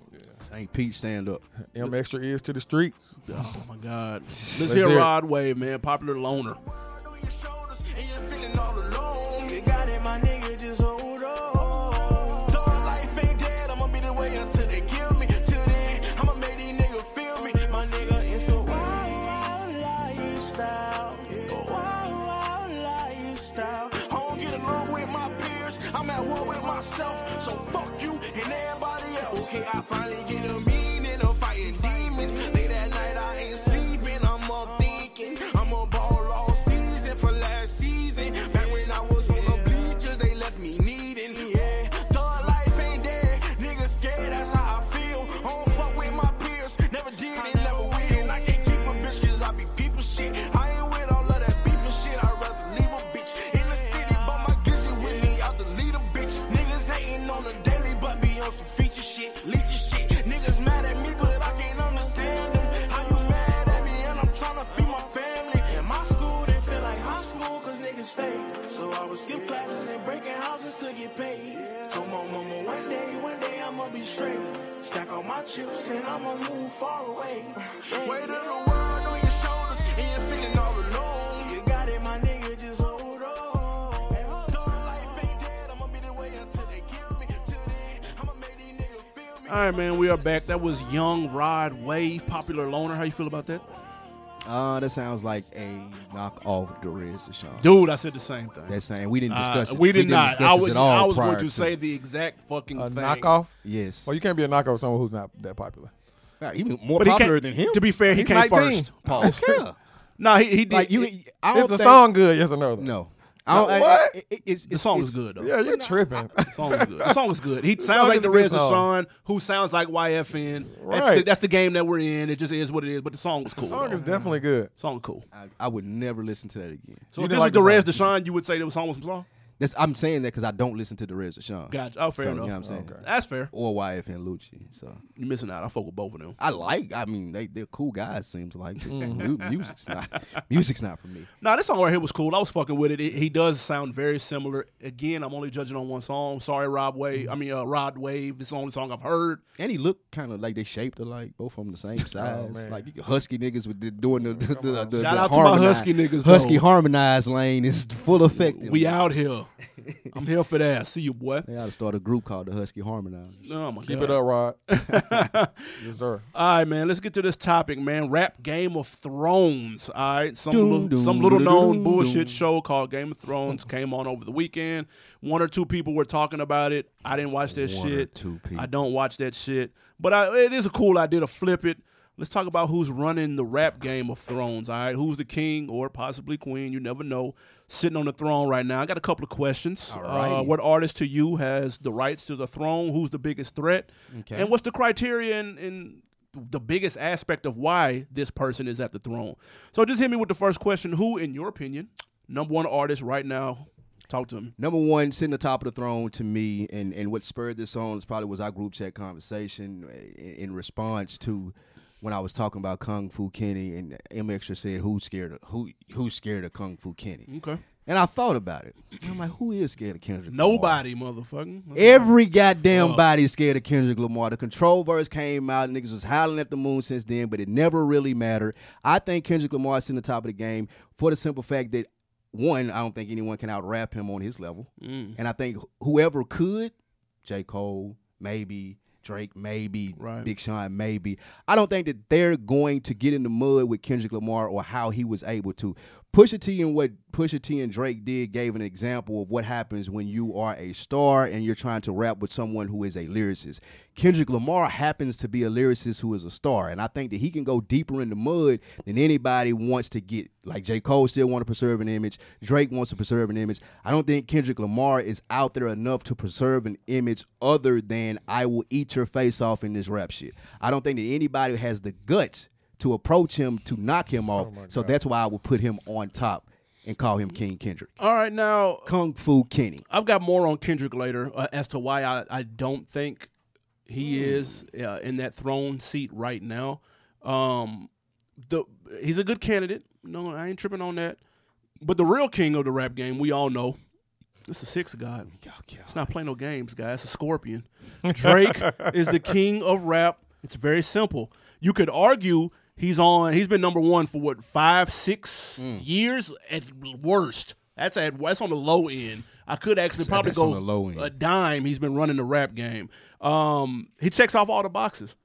St. Pete, stand up. M extra ears to the streets. Oh my God. Let's Let's hear hear it. Rod Wave, man. Popular loner. world on your shoulders and you're feeling all alone. You got it, my nigga, just hold on. Though life ain't dead, I'ma be the way until they kill me. Till then, I'ma make these niggas feel me. My nigga, it's a wild, wild lifestyle. A wild, wild lifestyle. I don't get along with my peers, I'm at war with myself. So fuck you and everybody else. Okay, I finally get a meaning of fighting demons. Late at night, I ain't sleeping, I'm up thinking. I'm a ball all season for last season. Back when I was on the bleachers, they left me needing. Yeah, thug life ain't dead. Niggas scared, that's how I feel. I don't fuck with my peers, never did and never will. And I can't keep a bitch cause I be people shit. I ain't with all of that beef and shit, I'd rather leave a bitch in the city. But my glizzy with me, I'll delete a bitch. Niggas hating on the daily, but be on some feature shit, leecher shit. Niggas mad at me, but I can't understand them. How you mad at me and I'm tryna feed my family? In my school, they feel like high school, cause niggas fake. So I would skip classes and breaking houses to get paid. Told my mama one day, one day I'ma be straight. Stack all my chips and I'ma move far away. Weight of the world on your shoulders and you're feeling all alone. You got it, my nigga, just hold on. Though life ain't dead, I'ma be the way until they kill me. Till then, I'ma make these niggas feel me. All right, man, we are back. That was Young Rod Wave, popular loner. How you feel about that? Uh, that sounds like a knockoff of Doriz Deshaun. Dude, I said the same thing. That's saying we didn't Uh, discuss it. we did didn't not. discuss I this was, at all I was prior going to say the exact fucking A thing. knockoff. yes. Well, you can't be a knockoff of someone who's not that popular. Right, he was more But he popular came- than him. To be fair, he He's came 19. first. Pause. yeah. no, he, he did. Like you, I don't Is the think- song good? Yes or no? though? No, I don't. I- What? I- it- it's, the it's- song it's- is good, though. Yeah, you're tripping. The song is good. The song is good. He song sounds like is the a good Reds and song. Sean, who sounds like YFN. That's, the, Right. that's the game that we're in. It just is what it is. But the song was cool. song though. is definitely good. song cool. I, I would never listen to that again. So You if didn't this like was the the Rez song? Deshaun, you would say there was song with some song? That's I'm saying that because I don't listen to Doriz Deshaun. Gotcha. Oh, fair so, enough. You know what I'm saying? Okay. That's fair. Or YF and Lucci. So You're missing out. I fuck with both of them. I like. I mean, they they're cool guys. Seems like but Mm-hmm. mu- music's not music's not for me. Nah, this song right here was cool. I was fucking with it. It- He does sound very similar. Again, I'm only judging on one song. Sorry, Rob Wave. I mean, uh, Rod Wave. This is the only song I've heard. And he looked kind of like they shaped alike, both of them the Oh, same size. man. like you- husky niggas with the, doing the the, the, the Shout the out to my harmonize- husky niggas, Husky though. harmonized lane is full effect. We out here. I'm here for that. See you, boy. They ought to start a group called the Husky Harmonizers. Oh my Keep God. it up, Rod. yes, sir. All right, man. Let's get to this topic, man. Rap Game of Thrones. All right, some Doom, little, doom, some little known doom, doom. bullshit show called Game of Thrones came on over the weekend. One or two people were talking about it. I didn't watch that One or shit. two people. I don't watch that shit. But I, it is a cool idea to flip it. Let's talk about who's running the rap game of thrones. All right, who's the king or possibly queen? You never know. Sitting on the throne right now. I got a couple of questions. Alrighty. Uh, what artist to you has the rights to the throne? Who's the biggest threat? Okay. And what's the criteria and, and the biggest aspect of why this person is at the throne? So just hit me with the first question. Who, in your opinion, number one artist right now? Talk to me. Number one, sitting at the top of the throne to me, and, and what spurred this on is probably was our group chat conversation uh, in, in response to when I was talking about Kung Fu Kenny, and M Extra said, "Who's scared of who? Who's scared of Kung Fu Kenny?" Okay. And I thought about it. I'm like, who is scared of Kendrick? Lamar? Nobody, motherfucker. Every goddamn body is scared of Kendrick Lamar. The control verse came out, niggas was howling at the moon since then, but it never really mattered. I think Kendrick Lamar is in the top of the game for the simple fact that one, I don't think anyone can out rap him on his level. And I think whoever could, J. Cole, maybe, Drake, maybe, Right. Big Sean, maybe. I don't think that they're going to get in the mud with Kendrick Lamar or how he was able to. Pusha T and what Pusha T and Drake did gave an example of what happens when you are a star and you're trying to rap with someone who is a lyricist. Kendrick Lamar happens to be a lyricist who is a star, and I think that he can go deeper in the mud than anybody wants to get. Like J. Cole still want to preserve an image. Drake wants to preserve an image. I don't think Kendrick Lamar is out there enough to preserve an image other than I will eat your face off in this rap shit. I don't think that anybody has the guts to approach him to knock him off. so that's why I would put him on top and call him King Kendrick. All right, now Kung Fu Kenny. I've got more on Kendrick later uh, as to why I, I don't think he is uh, in that throne seat right now. Um, the he's a good candidate. No, I ain't tripping on that. But the real king of the rap game, we all know, This is six Oh, god. It's not playing no games, guys. It's a scorpion. Drake is the king of rap. It's very simple. You could argue he's on. He's been number one for what five, six Mm. years at worst. That's at that's on the low end. I could actually probably that's go on the low end. a dime. He's been running the rap game. Um, he checks off all the boxes.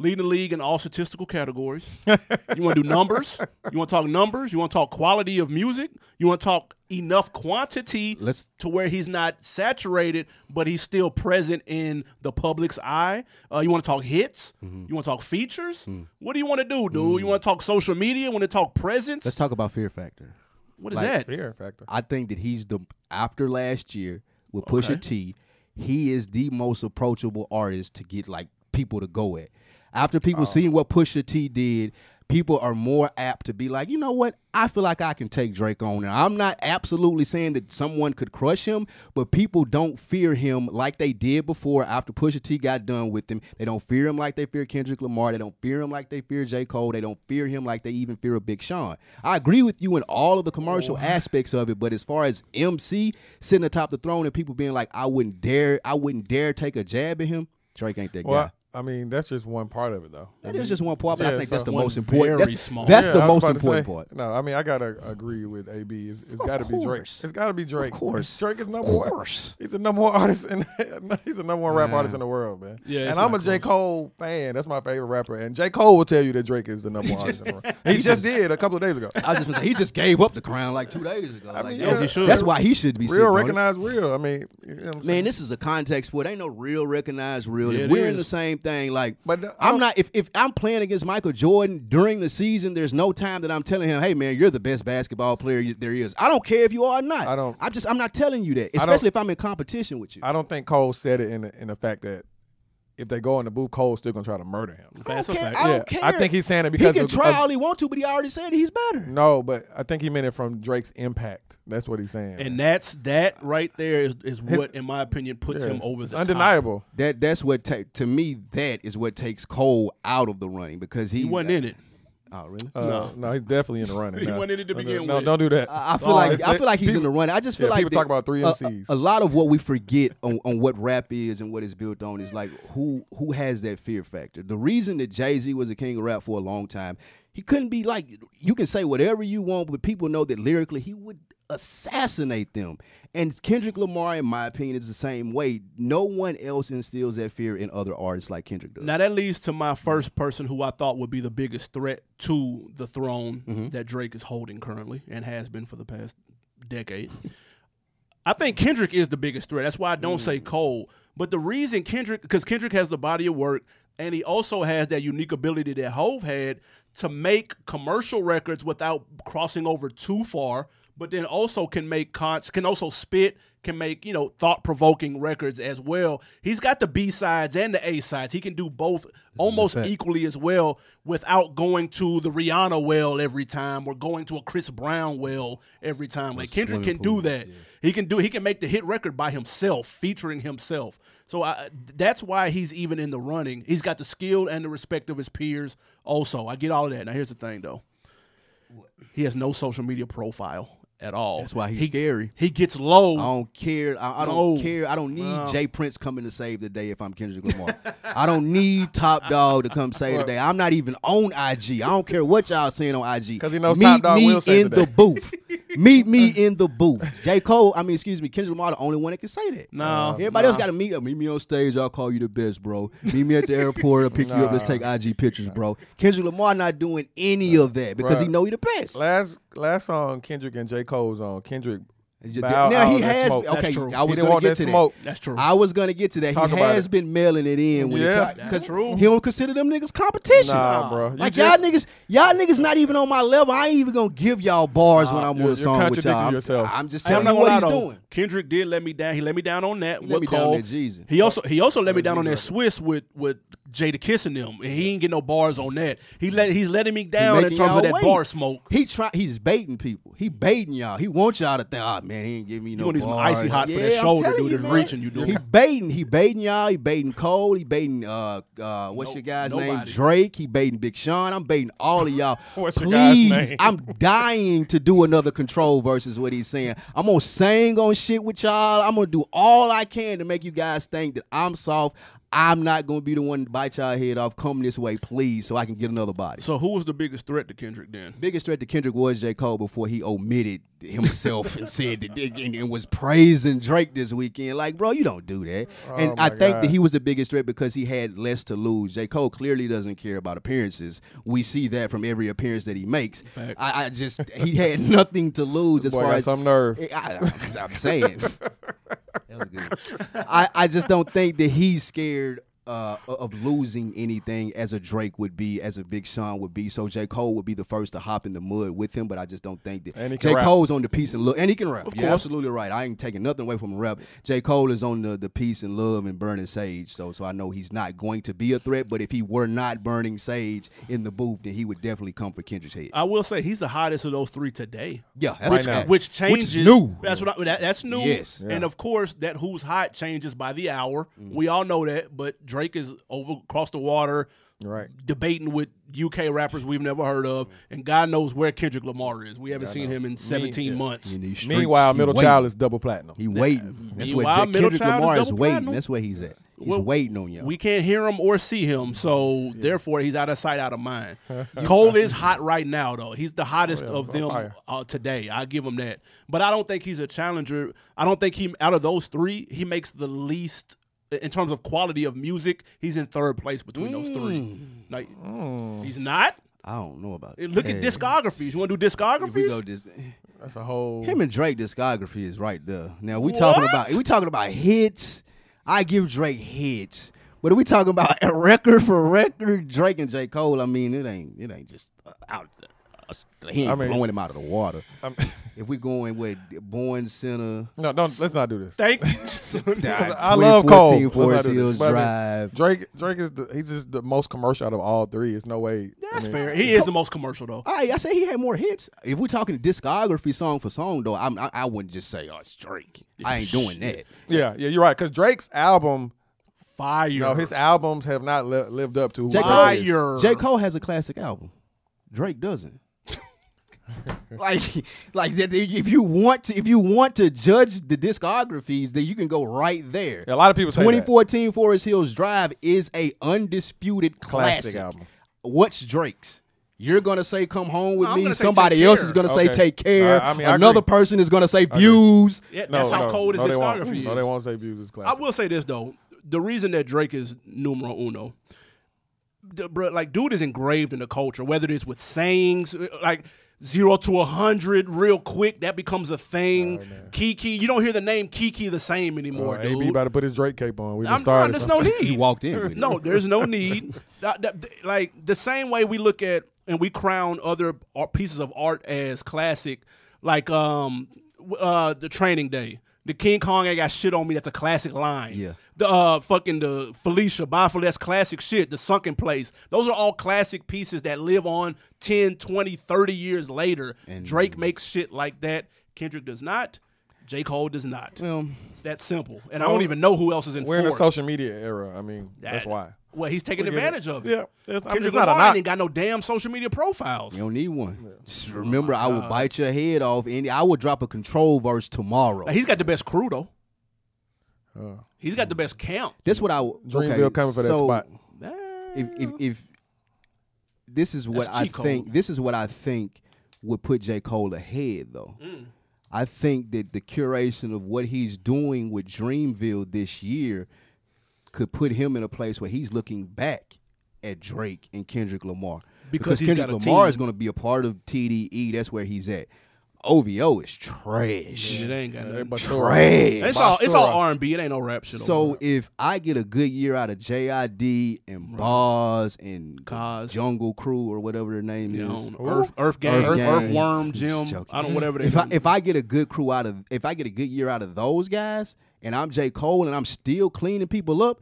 Leading the league in all statistical categories. You want to do numbers? You want to talk numbers? You want to talk quality of music? You want to talk enough quantity Let's- to where he's not saturated, but he's still present in the public's eye. Uh, you want to talk hits? Mm-hmm. You want to talk features? Hmm. What do you want to do, dude? Mm. You want to talk social media? Want to talk presence? Let's talk about Fear Factor. what is like- that? Fear factor. I think that he's the after last year with Pusha T, he is the most approachable artist to get like people to go at. After people seeing what Pusha T did, people are more apt to be like, you know what? I feel like I can take Drake on. And I'm not absolutely saying that someone could crush him, but people don't fear him like they did before after Pusha T got done with him. They don't fear him like they fear Kendrick Lamar. They don't fear him like they fear J. Cole. They don't fear him like they even fear a Big Sean. I agree with you in all of the commercial aspects of it, but as far as MC sitting atop the throne and people being like, I wouldn't dare, I wouldn't dare take a jab at him, Drake ain't that guy. Well, I mean, that's just one part of it, though. I That mean, is just one part, but I yeah, think that's so- the One most important. very That's, small- that's Yeah, the I was most about to important say, part. No, I mean I gotta agree with AB. It's, it's gotta be Drake. course. It's gotta be Drake. course. Drake is number Of one. course. He's the number one artist in. he's the number one rap artist in the world, man. Yeah, it's and I'm a not J Cole fan. That's my favorite rapper. And J Cole will tell you that Drake is the number one artist in the world. He, just, did a couple of days ago. I was just gonna say, he just gave up the crown like two days ago. Like, mean, that's- as he should. That's why he should be sitting Real on it. recognize real. I mean, you know what I'm Man, this is a context where it ain't no real recognized real. Yeah, if it we're in is. the same thing, like But the- I'm not. If, if I'm playing against Michael Jordan during the season, there's no time that I'm telling him, "Hey, man, you're the best basketball player you- there is." I don't care if you are or not. I don't- I'm just. I'm not telling you that, don't- especially if I'm in competition with you. I don't think Cole said it in the, in the fact that if they go in the booth, Cole's still gonna try to murder him. I That's a don't care. fact. I Yeah, don't care. I think he's saying it because he can of- try of- all he want to, but he already said he's better. No, but I think he meant it from Drake's impact. That's what he's saying. And that's that right there is, is what, in my opinion, puts Yeah. him over It's the top. undeniable. That that's what ta- to me that is what takes Cole out of the running because he, He wasn't in it. Oh, really? Uh, no, he's definitely in the running. He No, wasn't in it to no, begin no, with. No, don't do that. I I feel No, like it's- I feel like he's Oh, people- in the run. I just feel yeah, like people that- talk about three a- a- MCs. A, lot of what we forget on, on what rap is and what it's built on is like who who has that fear factor. The reason that Jay Z was a king of rap for a long time, he couldn't be like you can say whatever you want, but people know that lyrically he would assassinate them. And Kendrick Lamar, in my opinion, is the same way. No one else instills that fear in other artists like Kendrick does. Now that leads to my first person who I thought would be the biggest threat to the throne that Drake is holding currently and has been for the past decade. I think Kendrick is the biggest threat. That's why I don't say Cole. But the reason Kendrick, because Kendrick has the body of work, and he also has that unique ability that Hove had to make commercial records without crossing over too far. But then also can make cons, can also spit, can make you know thought provoking records as well. He's got the B sides and the A sides. He can do both almost equally as well without going to the Rihanna well every time or going to a Chris Brown well every time. Like Kendrick can swimming do pool. that. He can do. He can make the hit record by himself, featuring himself. So I, that's why he's even in the running. He's got the skill and the respect of his peers. Also, I get all of that. Now here's the thing, though. He has no social media profile at all. That's why he's he, scary. He gets low. I don't care. I, I don't No. care. I don't need Jay Prince coming to save the day if I'm Kendrick Lamar. I don't need Top Dog to come save the day. I'm not even on IG. I don't care what y'all saying on IG. 'Cause he knows Meet Top Dog me will save in the the day. booth. meet me in the booth. J Cole. I mean, excuse me. Kendrick Lamar, the only one that can say that. Uh, No, Everybody else got to meet up. Meet me on stage. I'll call you the best, bro. Meet me at the airport. I'll pick you up. Let's take IG pictures, bro. Kendrick Lamar not doing any of that because Bruh. he know he the best. Last last song Kendrick and J Cole's on Kendrick. He just- bowed now all he that has. oh, smoke. Okay, That's true. I He was didn't going want to get that to smoke. that. That's true. I was gonna get to that. Talk he about has it. been mailing it in when Yeah. yeah, because true. he don't consider them niggas competition. Nah, bro. You like just- y'all niggas, y'all niggas not even on my level. I ain't even gonna give y'all bars when I'm you're- on you're a song with y'all. contradicting I'm, yourself. I'm just Hey, I'm telling not you gonna what lie, he's though. doing. Kendrick did let me down. He let me down on that. He He let me down on that Jeezy. He also he also let me down on that Swiss with with Jada kissing him, and he ain't get no bars on that. He let he's letting me down in making terms y'all of that wait. bar smoke. He try he's baiting people. He baiting y'all. He wants y'all to think, oh man, he ain't giving me no. gonna need some icy bars." hot for that Yeah, I'm shoulder, telling dude, you, that's man. reaching you, dude. He baiting, he baiting y'all. He baiting Cole. He baiting uh uh what's No- your guy's name? nobody. Drake. He baiting Big Sean. I'm baiting all of y'all. What's your guy's Please, name? I'm dying to do another control versus what he's saying. I'm gonna sing on shit with y'all. I'm gonna do all I can to make you guys think that I'm soft. I'm not gonna be the one to bite y'all head off. Come this way, please, so I can get another body. So who was the biggest threat to Kendrick then? Biggest threat to Kendrick was J. Cole before he omitted himself and said that and, and was praising Drake this weekend. Like, bro, you don't do that. and I Oh my think that God. he was the biggest threat because he had less to lose. J. Cole clearly doesn't care about appearances. We see that from every appearance that he makes. I, I just he had nothing to lose as Boy, far got as some nerve. I, I, am saying. that was good. I, I just don't think that he's scared uh, of losing anything as a Drake would be, as a Big Sean would be. So J. Cole would be the first to hop in the mud with him, but I just don't think that And he can J. rap. Cole's on the peace and love. And he can rap. You're course. absolutely right. I ain't taking nothing away from rap. J. Cole is on the, the peace and love and burning sage. So so I know he's not going to be a threat, but if he were not burning sage in the booth, then he would definitely come for Kendrick's head. I will say he's the hottest of those three today. Yeah, that's Uh, Right a now. fact. Which is changes. new. That's what I, that, that's new. Yes. Mm-hmm. And of course, that who's hot changes by the hour. We all know that. But Drake is over across the water, Right. debating with UK rappers we've never heard of, and God knows where Kendrick Lamar is. We haven't seen him in 17 months. In these streets, Meanwhile, he middle waiting. child is double platinum. He waiting. That's where Meanwhile, Jack middle Kendrick child is Lamar is double waiting. platinum. That's where he's at. He's Well, waiting on y'all. We can't hear him or see him, so therefore he's out of sight, out of mind. Cole is hot right now, though. He's the hottest of on them Oh, fire. uh, today. I give him that, but I don't think he's a challenger. I don't think he out of those three, he makes the least in terms of quality of music. He's in third place between those three. Like, Oh. he's not. I don't know about that. Look at discographies. You want to do If we go discographies? this, That's a whole. him and Drake discography is right there. Now we talking about we talking about hits. I give Drake hits, but if we talking about a record for record, Drake and J Cole. I mean, it ain't it ain't just uh, out. there. Uh, He ain't I mean- blowing him out of the water. I'm- If we going with Born Center, no, don't. Let's not do this. Thank you. I love 2014 Cole. Let's not Forest do this. Hills But I mean, Drive. Drake. Drake is the, he's just the most commercial out of all three. It's no way. I That's mean, fair. He is the most commercial though. All right, I say he had more hits. If we're talking discography song for song, though, I'm, I I wouldn't just say oh it's Drake. I ain't doing that. Yeah, yeah, you're right. Because Drake's album, Fire. you know, his albums have not li- lived up to who J. Drake Cole, is. Fire. J. Cole has a classic album. Drake doesn't. like, like that- if you want to, if you want to judge the discographies, then you can go right there. Yeah, a lot of people say that. 2014 Forest Hills Drive is a undisputed classic, Classic album. What's Drake's? You're gonna say "Come Home with I'm Me." gonna say Somebody Take else Care. is gonna say Okay. "Take Care." I- I mean, I Another agree. person is gonna say "Views." Yeah, No, that's how no, cold his no, they won't. discography is. No, they won't say views is I classic. will say this though: the reason that Drake is numero uno, the, bro, like dude is engraved in the culture. Whether it's with sayings uh, like zero to a hundred real quick, that becomes a thing. Kiki, you don't hear the name Kiki the same anymore, Uh, dude. AB about to put his Drake cape on. We just I'm not. started. There's no something. need. He walked in with it. No, there's no need. That- that- th- like the same way we look at and we crown other art, pieces of art as classic, like um w- uh the Training Day. The King Kong ain't got shit on me. That's a classic line. Yeah. The uh, fucking the Felicia, Bonfire, that's classic shit. The Sunken Place. Those are all classic pieces that live on 10, 20, 30 years later. Drake makes shit like that. Kendrick does not. J. Cole does not. Well, It's that simple. And I don't even know who else is in We're in a fourth. social media era. I mean, that's why. Well, he's taking We get it. advantage of it. Yeah, it's- I mean, Kendrick it's not a Lamar knock. ain't got no damn social media profiles. You don't need one. Just remember, I will bite your head off, and I will drop a control verse tomorrow. Like, he's got the best crew though. Uh, He's got the best camp. That's what I. w- Dreamville okay, coming for that so spot. If, if if this is what That's I cheat code. think, this is what I think would put J Cole ahead, though. Mm. I think that the curation of what he's doing with Dreamville this year could put him in a place where he's looking back at Drake and Kendrick Lamar. Because he's Kendrick got a Lamar team. is going to be a part of TDE. That's where he's at. OVO is trash. It ain't got they nothing. but- Trash. It's all it's all Basura. R and B. It ain't no rap shit. over So if I get a good year out of JID and Boz and Cos. Jungle Crew or whatever their name there. You is, know, Earth Earth Gang, Earth Earth, Gang. Earthworm, Just Jim. joking. I don't whatever they. if I do. if I get a good crew out of if I get a good year out of those guys and I'm J Cole and I'm still cleaning people up,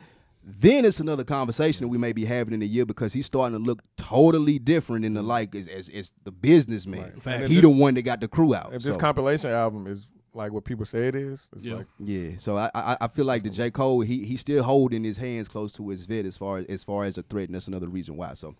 then it's another conversation that we may be having in a year because he's starting to look totally different in the like as as, as the businessman. Mm. Fact. He the one that got the crew out. If so. this compilation album is like what people say it is. It's Yeah. like Yeah, so I, I I feel like the J Cole he he's still holding his hands close to his vid as far as as far as a threat, and that's another reason why. So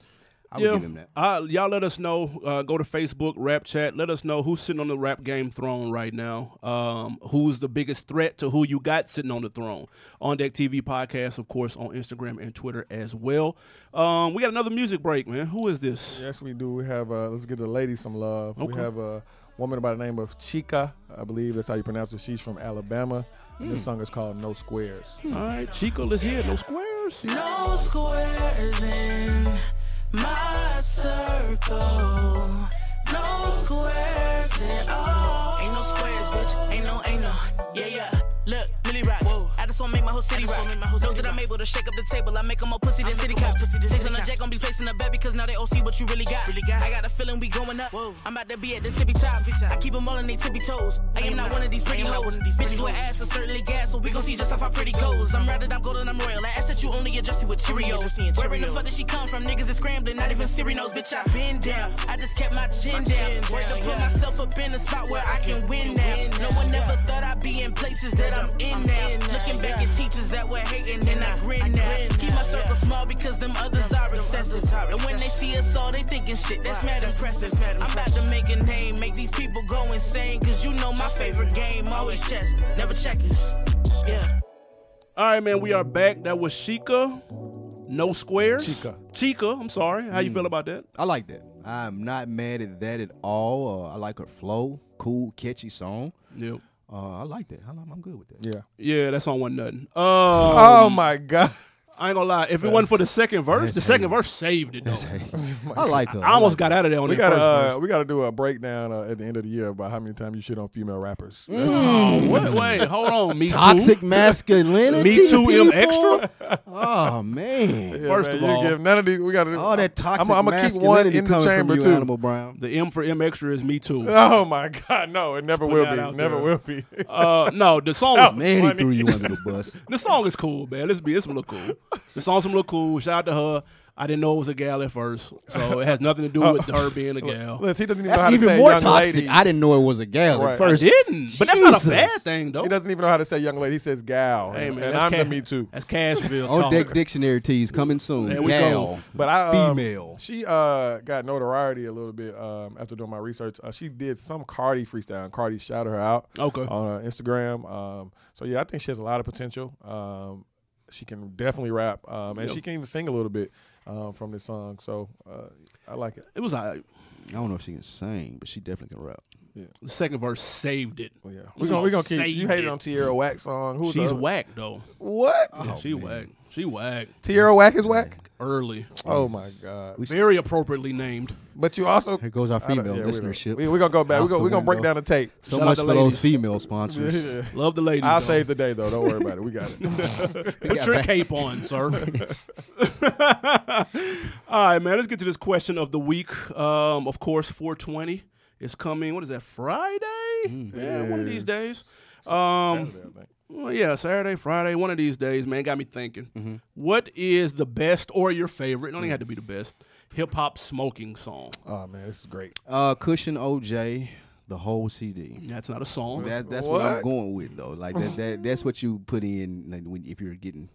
I would give him that. Uh, y'all let us know. Uh, go to Facebook, Rap Chat. Let us know who's sitting on the rap game throne right now. Um, who's the biggest threat to who you got sitting on the throne? On Deck TV podcast, of course, on Instagram and Twitter as well. Um, we got another music break, man. Who is this? Yes, we do. We have uh, let's give the ladies some love. We Okay. have a woman by the name of Chica. I believe that's how you pronounce it. She's from Alabama. And this song is called No Squares. All right, Chico, let's hear it. No squares. No squares in my circle. No squares at all. Ain't no squares, bitch. Ain't no, ain't no. Yeah, yeah. Look, Millie Rock. I just wanna make my whole city rock. Know that I'm able to shake up the table. I make 'em more pussy than city cops. Jason and Jack gonna be placing a bet because now they all see what you really got. I got a feeling we going up. I'm about to be at the tippy top. I keep 'em all on their tippy toes. I am not one of these pretty hoes. Bitches with ass are certainly gas, so we gon' see just how far pretty goes. I'm rather I'm golden, I'm royal. I ask that you only address it with Cheerios. Where in the fuck did she come from? Niggas is scrambling, not even Siri knows, bitch. I've been down. I just kept my chin down. Where to put myself up in a spot where I can win now. No one ever thought I'd be in places that I'm in now. Looking back at teachers that were hating, and I grin now. Keep my circle small because them others are excessive. And when they see us all, they thinking shit, that's mad impressive. I'm about to make a name, make these people go insane. Cause you know my favorite game, always chess, never checkers. Yeah. All right, man, we are back. That was Chica. No squares. Chica. Chica, Mm. I'm sorry. How you feel about that? I like that. I'm not mad at that at all. Uh, I like her flow, cool, catchy song. Yep. Uh, I like that. I'm, I'm good with that. Yeah. Yeah, that's on one nothing. Um, oh my God. I ain't gonna lie. If it wasn't for the second verse, the second verse saved it. Though. I like her. I almost got out of there on We the gotta first verse. uh, we gotta do a breakdown uh, at the end of the year about how many times you shit on female rappers. Oh, wait, wait, hold on. Me toxic too. masculinity. Me too. M people? extra. Oh man, Yeah, First man, of you all- give none of these. We gotta do all that toxic I'm, I'm gonna keep one masculinity in the coming from chamber you, too. Animal Brown. The M for M extra is me too. Oh my God, no! It never put will that be. out Never there. will be. Uh, no, the song is Man, he threw you under the bus. The song is cool, man. Let's be. It's look cool. The song some look cool. Shout out to her. I didn't know it was a gal at first, so it has nothing to do with her being a gal. Oh. Listen, he doesn't even know That's how to even say more young toxic. lady. I didn't know it was a gal Right. I at first. Didn't, but that's not a Jesus. bad thing though. He doesn't even know how to say young lady. He says gal. Hey man, and that's I'm the Ca- me too. Oh, That's Cashville On talk. deck Oh, dictionary tees coming soon. There we Gal. go. But I um, Female. She uh got notoriety a little bit um after doing my research. Uh, she did some Cardi freestyle. And Cardi shouted her out. Okay. On her Instagram. Um. So yeah, I think she has a lot of potential. Um. She can definitely rap. Um. And Yep. she can even sing a little bit. Um. From this song. So uh, I like it. It was all right. I don't know if she can sing, but she definitely can rap. The second verse saved it. But Oh, yeah. We're gonna, we gonna keep. You Saved hated it. on Tierra Whack song. Who's She's the other- Oh, whack Oh. though. What? Yeah, she whack. She whack Tierra Whack is whack. early. Oh my God. Very appropriately named. But you also. Here goes our I don't- female yeah, we- listenership. We, we're gonna go back. Out We're gonna, the we gonna break window. down the tape. so Shout out much to for ladies. those female sponsors. Love the ladies. I'll though. save the day though. Don't worry about it. We got it. Put your cape on, sir. All right, man. Let's get to this question of the week. Um, of course, 420 is coming. What is that? Friday? Mm, yeah, one of these days. Um, well, yeah, Saturday, Friday, one of these days, man. Got me thinking. Mm-hmm. What is the best or your favorite? It Mm. don't even have to be the best. Hip hop smoking song. oh man, this is great. uh, Cushion OJ, the whole CD. That's not a song. That, that's what? I'm What? going with though. Like that, that that's what you put in like, when if you're getting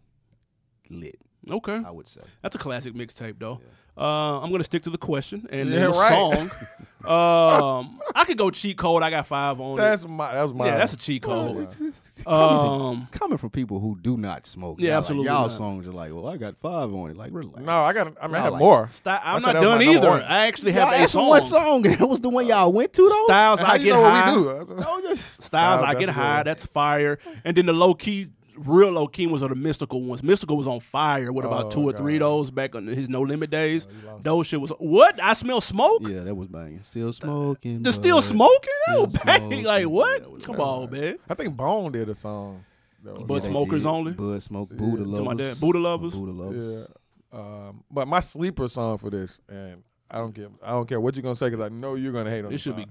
lit. okay. I would say. That's a classic mixtape, though. Uh, I'm gonna stick to the question and Yeah, then the right. song. um, I could go cheat code. I got five on That's my. That was it. my. Yeah, that's a cheat code. It's- it's- it's Um, coming from people who do not smoke. Yeah, y'all, absolutely Like, y'all not. songs are like, well, I got five on it. Like, relax. No, I got. I mean, Y'all I had like- more. sti- I'm I not said that was my done number either. one. I actually y'all have a asked for song. one song, and that was the one y'all went to though. Styles, And how I you get know high. what we do? Styles, Styles, I get that's high. good. That's fire. And then the low key, real low key ones are the mystical ones. Mystical was on fire. What about Oh, two or three of God. Oh, those back on his No Limit days? Those shit was what? I smell smoke. Yeah, that was banging. Still smoking. The still bud. smoking? Oh, Still bang! Like smoking. what? Yeah, that was Come bad. on, man. I think Bone did a song. That was- But They smokers did. only? Bud smoke. Buddha lovers. To my dad. Buddha lovers? Buddha lovers. yeah. Um, but my sleeper song for this, and I don't care. I don't care what you're gonna say because I know you're gonna hate on It this should be song.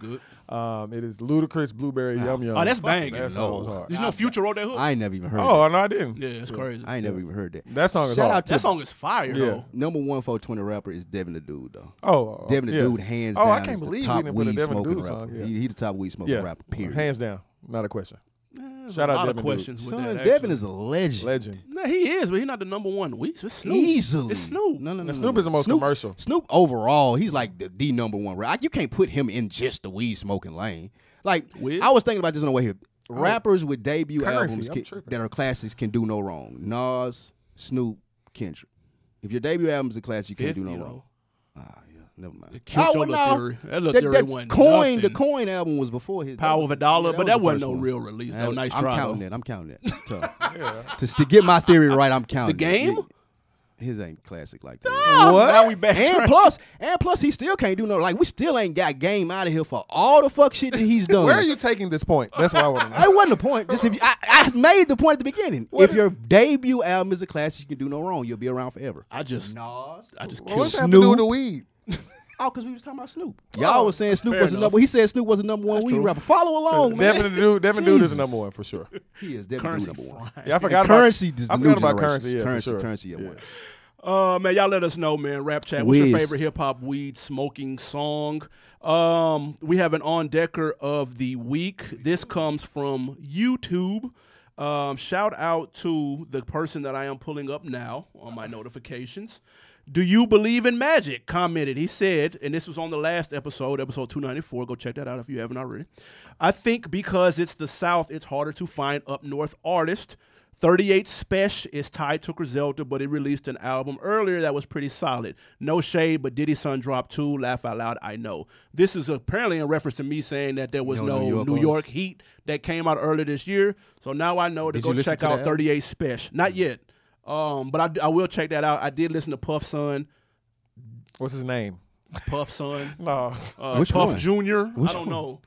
good. Um, it is Ludacris Blueberry Yum Yum. Oh, that's Fucking banging. That song was hard. There's no future wrote that hook. I ain't never even heard. Oh that. no, I didn't. yeah, it's crazy. I ain't never even heard that. That song is Shout hard. out to that song is fire though. number one for twenty rapper is Devin the Dude though. Oh, oh, Devin the yeah. Dude, hands oh, down. I can't is the believe top we didn't put a weed Devin smoking Dude rapper. song. Yeah. He, he the top weed smoking Yeah. rapper. Period. Hands down. Not a question. Eh, There's Shout a out lot Devin of Duke. questions with Son, that. Devin actually. is a legend. Legend. Nah, he is, but he's not the number one. We it's Snoop. Easily. It's Snoop. No, no, no. no, Snoop no. is the most commercial. Snoop overall, he's like the, the number one. Right? You can't put him in just the weed smoking lane. Like Wiz? I was thinking about this on the way here. Oh. Rappers with debut Currency, albums I'm can- tripping. that are classics can do no wrong. Nas, Snoop, Kendrick. If your debut album is a classic, you can't Fifth, do no you know. wrong. Ah, yeah, never mind. killed Oh, your well, Lil no. Theory. That Lil That- Theory that wasn't coin, the nothing. coin album was before his. that Power was- of a dollar, yeah, but that that was wasn't the no first one. real release. though. I'm nice I'm try. counting though. it. I'm counting it. Tough. to, to get my theory right, I'm counting. it. game? Yeah. His ain't classic like that. Oh, Now we back. And plus, and plus, he still can't do no. Like we still ain't got game out of here for all the fuck shit that he's done. Where are you taking this point? That's what I want to know. That wasn't the point. Just if you, I, I made the point at the beginning. if is- your debut album is a classic, you can do no wrong. You'll be around forever. I just, Nas. I just Well, killed. What's that have to do Snoop. with the weed? Oh, because we was talking about Snoop. Oh. Y'all was saying Snoop fair was the enough. number. He said Snoop was the number one weed true. rapper. Follow Oh, along, man. Devin the dude, Devin the dude is Jesus. the number one for sure. He is definitely Currency number one. fly. Yeah, I forgot And about currency is the I new forgot about generations. currency. Yeah, currency, for sure. currency, yeah, Yeah. one. Uh, man, y'all let us know, man. Rap chat. What's your Wiz. favorite hip hop weed smoking song? Um, we have an on decker of the week. This comes from YouTube. Um, shout out to the person that I am pulling up now on my notifications. Do you believe in magic? Commented. He said, and this was on the last episode, episode 294. Go check that out if you haven't already. I think because it's the South, it's harder to find up north artists. 38 Special is tied to Griselda, but it released an album earlier that was pretty solid. No shade, but Diddy Son dropped two. Laugh out loud, I know. This is apparently in reference to me saying that there was no, No New New York York, artists. Heat that came out earlier this year. So now I know to Did you go listen check to out that? Mm-hmm. 38 Special. Not yet, um, but I d- I, will check that out. I did listen to Puff Son, What's his name? Puff Son, No, uh, Which Puff one? Junior. I don't know.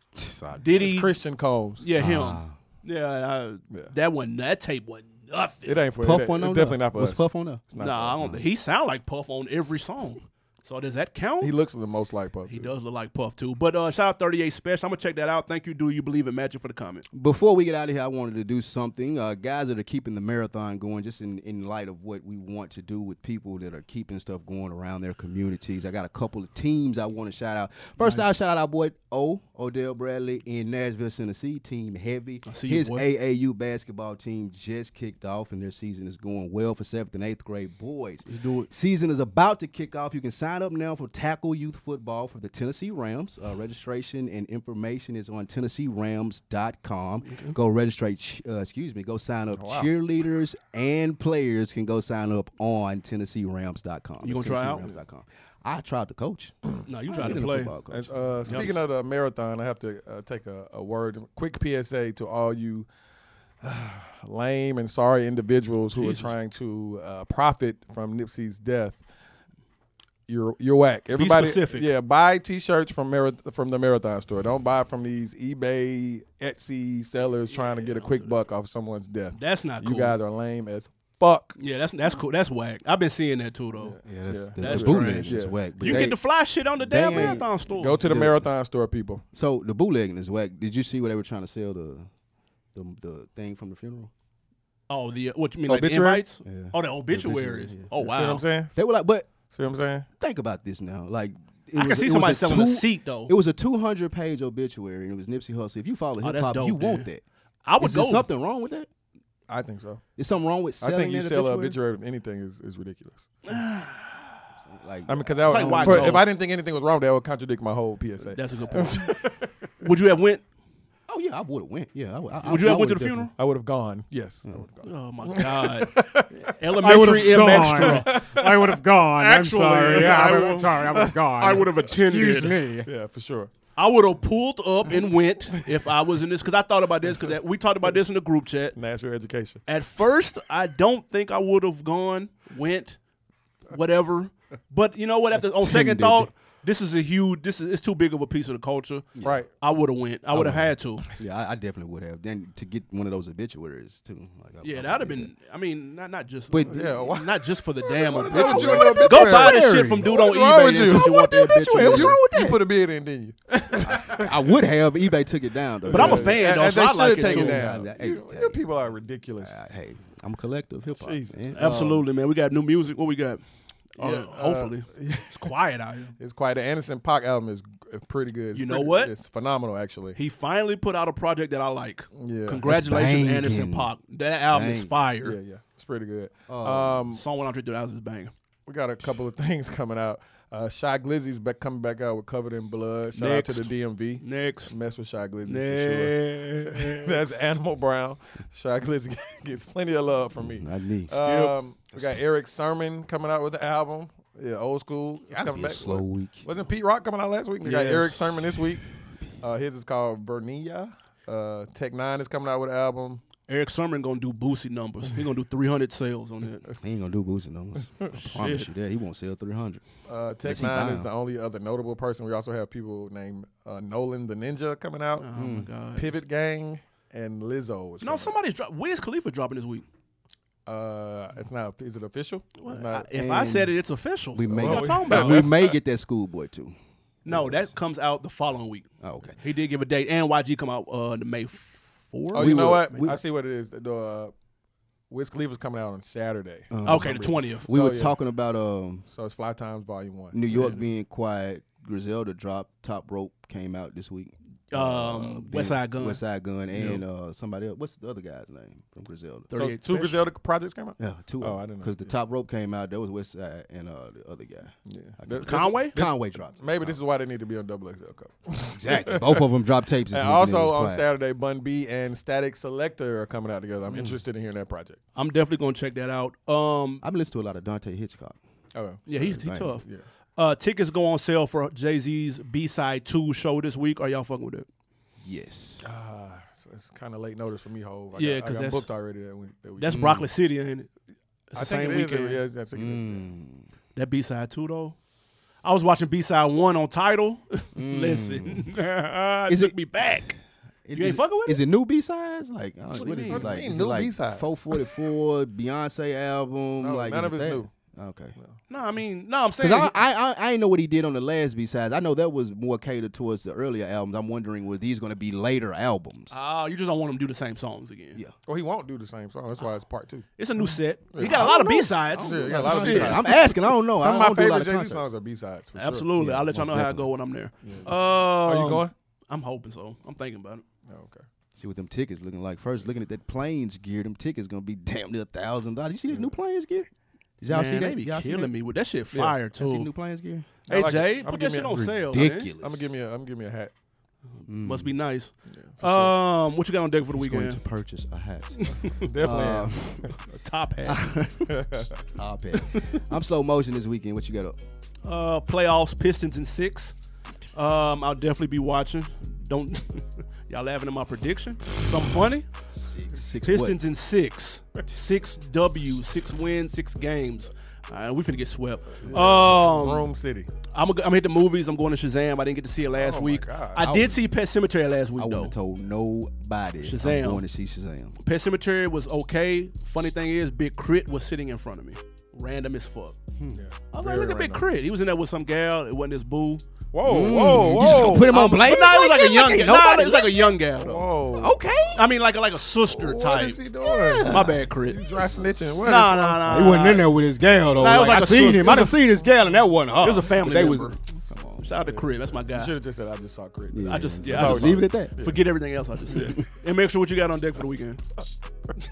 Diddy, Christian Combs. yeah, him, Ah. yeah, I, That one, that tape was nothing. It ain't for Puff it, one it, on it's definitely up. not for What's us. Puff on up? It's not Nah, I don't. He sound like Puff on every song. So does that count? He He, looks the most like Puff. too. does look like Puff too. But uh, shout out 38 Special. I'm gonna check that out. Thank you. Do you believe in magic for the comment? Before we get out of here, I wanted to do something. Uh, guys that are keeping the marathon going, just in, in light of what we want to do with people that are keeping stuff going around their communities. I got a couple of teams I want to shout out. First, I'll shout out our boy O, Odell Bradley in Nashville, Tennessee, Team Heavy. see you, His boy. AAU basketball team just kicked off, and their season is going well for seventh and eighth grade boys. do it. Season is about to kick off. You can sign up now for Tackle Youth Football for the Tennessee Rams. Uh, registration and information is on TennesseeRams.com. Go registrate. Uh, excuse me. Go sign Oh, up. Cheerleaders and players can go sign up on TennesseeRams.com. You It's gonna try out? TennesseeRams.com. I tried to coach. No, you trying Been to a play. football coach. And, uh, speaking of the marathon, I have to uh, take a, a word, quick PSA to all you uh, lame and sorry individuals who are trying to uh, profit from Nipsey's death. You're you're whack. Everybody, specific. yeah, buy T-shirts from marath- from the marathon store. Don't buy from these eBay, Etsy sellers trying to get a quick buck off someone's death. That's not you cool. guys are lame as fuck. Yeah, that's that's cool. That's whack. I've been seeing that too though. yeah, that's, the- That's the bootleg bootleg trash. is is Yeah. whack. whack, You get the fly shit on the damn they ain't- marathon store. Go to the marathon store, people. so the bootlegging is whack. Did you see where they were trying to sell the the, the thing from the funeral? oh, the what you mean like the Obituary? invites? Yeah. Oh, the obituaries. obituary, yeah. Oh wow. See what I'm saying? They were like, but See what I'm saying? think about this now. Like it I can was- see it was somebody selling a two- seat though. It was a 200 page obituary, and it was Nipsey Hussle. If you follow Oh, hip that's hop, dope, you dude. want that. I would Is go. there something wrong with that? I think so. Is something wrong with I selling? think you that sell a obituary? obituary of anything is, is ridiculous. Like, I mean, because that like would- white for- gold. if I didn't think anything was wrong, that would contradict my whole PSA. That's a good point. would you have went? oh yeah, I would have went. Yeah, I, would- I, Would you I have went to would've the funeral? I would have gone. Yes, I would have gone. Oh my god. Elementary M extra. I would have gone. Actually, I'm sorry. yeah, I I will- would, sorry, I would have gone. I would've attended. Excuse me. Yeah, for sure. I would have pulled up and went if I was in this because I thought about this because we talked about this in the group chat. Natural education. At first, I don't think I would have gone, went, whatever. But you know what? After on second Attended. thought, this is a huge. This is it's too big of a piece of the culture. Right. I would have went. I would have had to. Yeah, I, I definitely would have. Then to get one of those obituaries too. Like, I- I Yeah, would've that'd have did been. I mean, not not just. But- Yeah, why- not just for the damn What is wrong with you in obituary. the Go obituary? buy this shit from dude on What's wrong eBay. with and you? since I want the obituary. What's you, wrong with You that? put a bid in, didn't you? that. I would have. eBay took it down though. But I'm a Yeah. fan And- though, and so I they like should it take too. it down. Yeah, You, hey, your people are ridiculous. Uh, Hey, I'm a collective hip hop. Jesus. man. Absolutely, man. We got new music. What we got? Yeah, uh, hopefully. it's quiet out here. It's quite. The Anderson Pac album is g- pretty good. You It's know pretty- what? It's phenomenal, actually. He finally put out a project that I like. Yeah. Congratulations, It's banging. Anderson Pop. That album is Banging. yeah, fire. yeah, it's pretty good. um, Song one hundred three thousand is banging. we got a couple of things coming out. Uh, Shy Glizzy's back coming back out with Covered in Blood. Shout out Next. to the DMV. Next. Mess with Shy Glizzy for sure. Next. That's Animal Brown. Shy Glizzy gets plenty of love from me. I need. Um, we got Eric Sermon coming out with the album. Yeah, old school. It's Gotta coming be a back. slow week. Wasn't Pete Rock coming out last week? We got Yes. Eric Sermon this week. Uh, his is called Vernia. Uh, Tech Nine is coming out with an album. Eric Sermon gonna do Boosie numbers. He gonna do three hundred sales on that. He ain't gonna do boosting numbers. I promise you that he won't sell three hundred. Uh, Tech Yes, he Nine is bound. the only other notable person. We also have people named uh, Nolan the Ninja coming out, Oh my god. Pivot Gang, and Lizzo. Is No, coming somebody's drop. Wiz Khalifa dropping this week. out. Uh, it's not. Is it official? It's I- not- if I said it, it's official. We what may Well, y'all we- talking about? we may get that schoolboy too. no, that comes out the following week. Oh, okay. He did give a date, and YG come out uh, the May fourth. oh, you know will- what? we- I see what it is. The uh, Wiz Khalifa's coming out on Saturday. Uh-huh. Okay, the twentieth. We So, were yeah. talking about um, So it's Fly Times Volume One. New York being quiet. Griselda dropped Top Rope came out this week. Uh, Um, West Side Gun. West Side Gun and uh, somebody else. What's the other guy's name from Griselda? So two 38 special. Griselda projects came out. Yeah, two. Oh, I didn't know. Because the Top Rope came out. That was West Side and uh, the other guy. Yeah. I can't- Th- this is- Conway? Conway dropped. it. Maybe this is why they need to be on double XL cover. Exactly. Both of them dropped tapes. This And week, and it also was on quiet. Saturday, Bun B and Static Selector are coming out together. Mm. I'm interested in hearing that project. I'm definitely gonna check that out. Um, I've been listening to a lot of Dante Hitchcock. Okay. yeah, he's he Right. tough. Yeah. Uh, tickets go on sale for Jay Z's B side two show this week. Are y'all fucking with it? Yes. Uh, Ah, so it's kind of late notice for me, Hove. I Yeah, got, 'cause I got that's- booked already that week. That week. That's Broccoli City, ain't it? It's Mm. I the think same it is. weekend. Yeah, I think it is. Mm. That B side two though. I was watching B side one on title. Mm. Listen, it Is took it- me back. It- You ain't is fucking with Is it new B sides? Like, I don't- What what do you mean? is it What do you like? mean, Is new it like B-sides? 444 Beyonce album? No, like, is none of it it's that? new. Okay. No, I mean, no, I'm saying Because I, I I I ain't know what he did on the last B sides. I know that was more catered towards the earlier albums. I'm wondering were these going to be later albums? Oh, you just don't want him to do the same songs again. Yeah. Well, he won't do the same song. That's why it's part two. It's a new set. He got a lot of B sides. Yeah, he got a lot of Shit, B-sides. I'm asking. I don't know. Some I of my don't do a lot favorite of Jay Z concerts. songs are B sides. for sure. Absolutely. Yeah, I'll let y'all know most how I go when I'm there. Uh, Are you going? I'm hoping so. I'm thinking about it. Oh, okay. See what them tickets looking like. First, looking at that planes gear, them tickets gonna be damn near a thousand dollars. You see that new planes gear? Did y'all Man, see that? They be y'all killing see that? me with that shit fire Y'all see the too. new planes gear? Hey I like Jay, it. I'ma put that give me shit a- on sale. man. Ridiculous. I'm gonna give me a. I'm gonna give me a hat. Must be nice. for um, what you got on deck for the He's going weekend? to purchase a hat. Definitely. Um, am. A top hat. I'll bet. I'm slow motion this weekend. What you got up? uh, playoffs, Pistons and six. Um, I'll definitely be watching. Don't y'all laughing at my prediction? Something funny? Six Pistons in six. Six W, six wins, six games. Uh, we finna get swept. Um, Rome City. I'm gonna hit the movies. I'm going to Shazam. I didn't get to see it last Oh my week. God. I, did see Pet Cemetery last week What? I though. wouldn't have told nobody. Shazam. I'm going to see Shazam. Pet Cemetery was okay. Funny thing is, Big Crit was sitting in front of me. Random as fuck. Yeah. I was Very like, look at Big random. Crit. He was in there with some gal. It wasn't his boo. Whoa, whoa, whoa! Mm, You just gonna put him on Um, blame? but Nah, it was like, a young. ain't gal. Nah, nobody it was like a listening. young gal. though. Whoa. Okay. I mean, like a, like a sister Oh. What type. is he doing? My bad, Crit. You dry snitching. What Nah, is- nah, nah. He wasn't in there with his gal though. Nah, it was like, like I a seen sus- it him. I was done a- seen his gal and that wasn't her. It was a family They was- member. Shout out to Crib. That's my guy. Should have just said I just saw Crit. I just yeah. That's I all just we Leave it at that. Forget everything else I just said, and make sure what you got on deck for the weekend.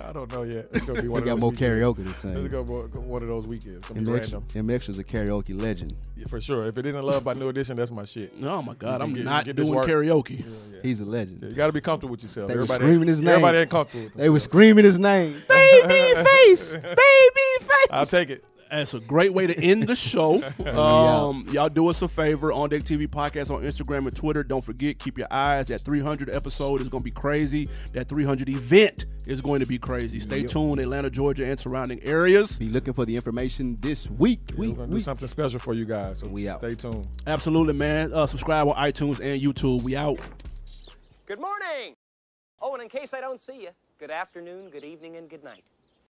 I don't know yet. It's gonna be one We got of those more weekends. karaoke this It's thing. gonna be one of those weekends. It's gonna be MX, random MX was a karaoke legend. Yeah, for sure. If it isn't love by New Edition, that's my shit. Oh my God, I'm get- you not get this doing work. karaoke. He's a legend. You got to be comfortable with yourself. They were everybody, screaming his name. Everybody ain't comfortable. With They were screaming his name. baby face, baby face. I'll take it. That's a great way to end the show. Um, y'all do us a favor. On Deck TV podcast on Instagram and Twitter. Don't forget, keep your eyes. That 300 episode is going to be crazy. That 300 event is going to be crazy. Stay tuned, Atlanta, Georgia, and surrounding areas. Be looking for the information this week. We're week, gonna do week. something special for you guys. So We out. Stay tuned. Absolutely, man. Uh, subscribe on iTunes and YouTube. We out. Good morning. Oh, and in case I don't see you, good afternoon, good evening, and good night.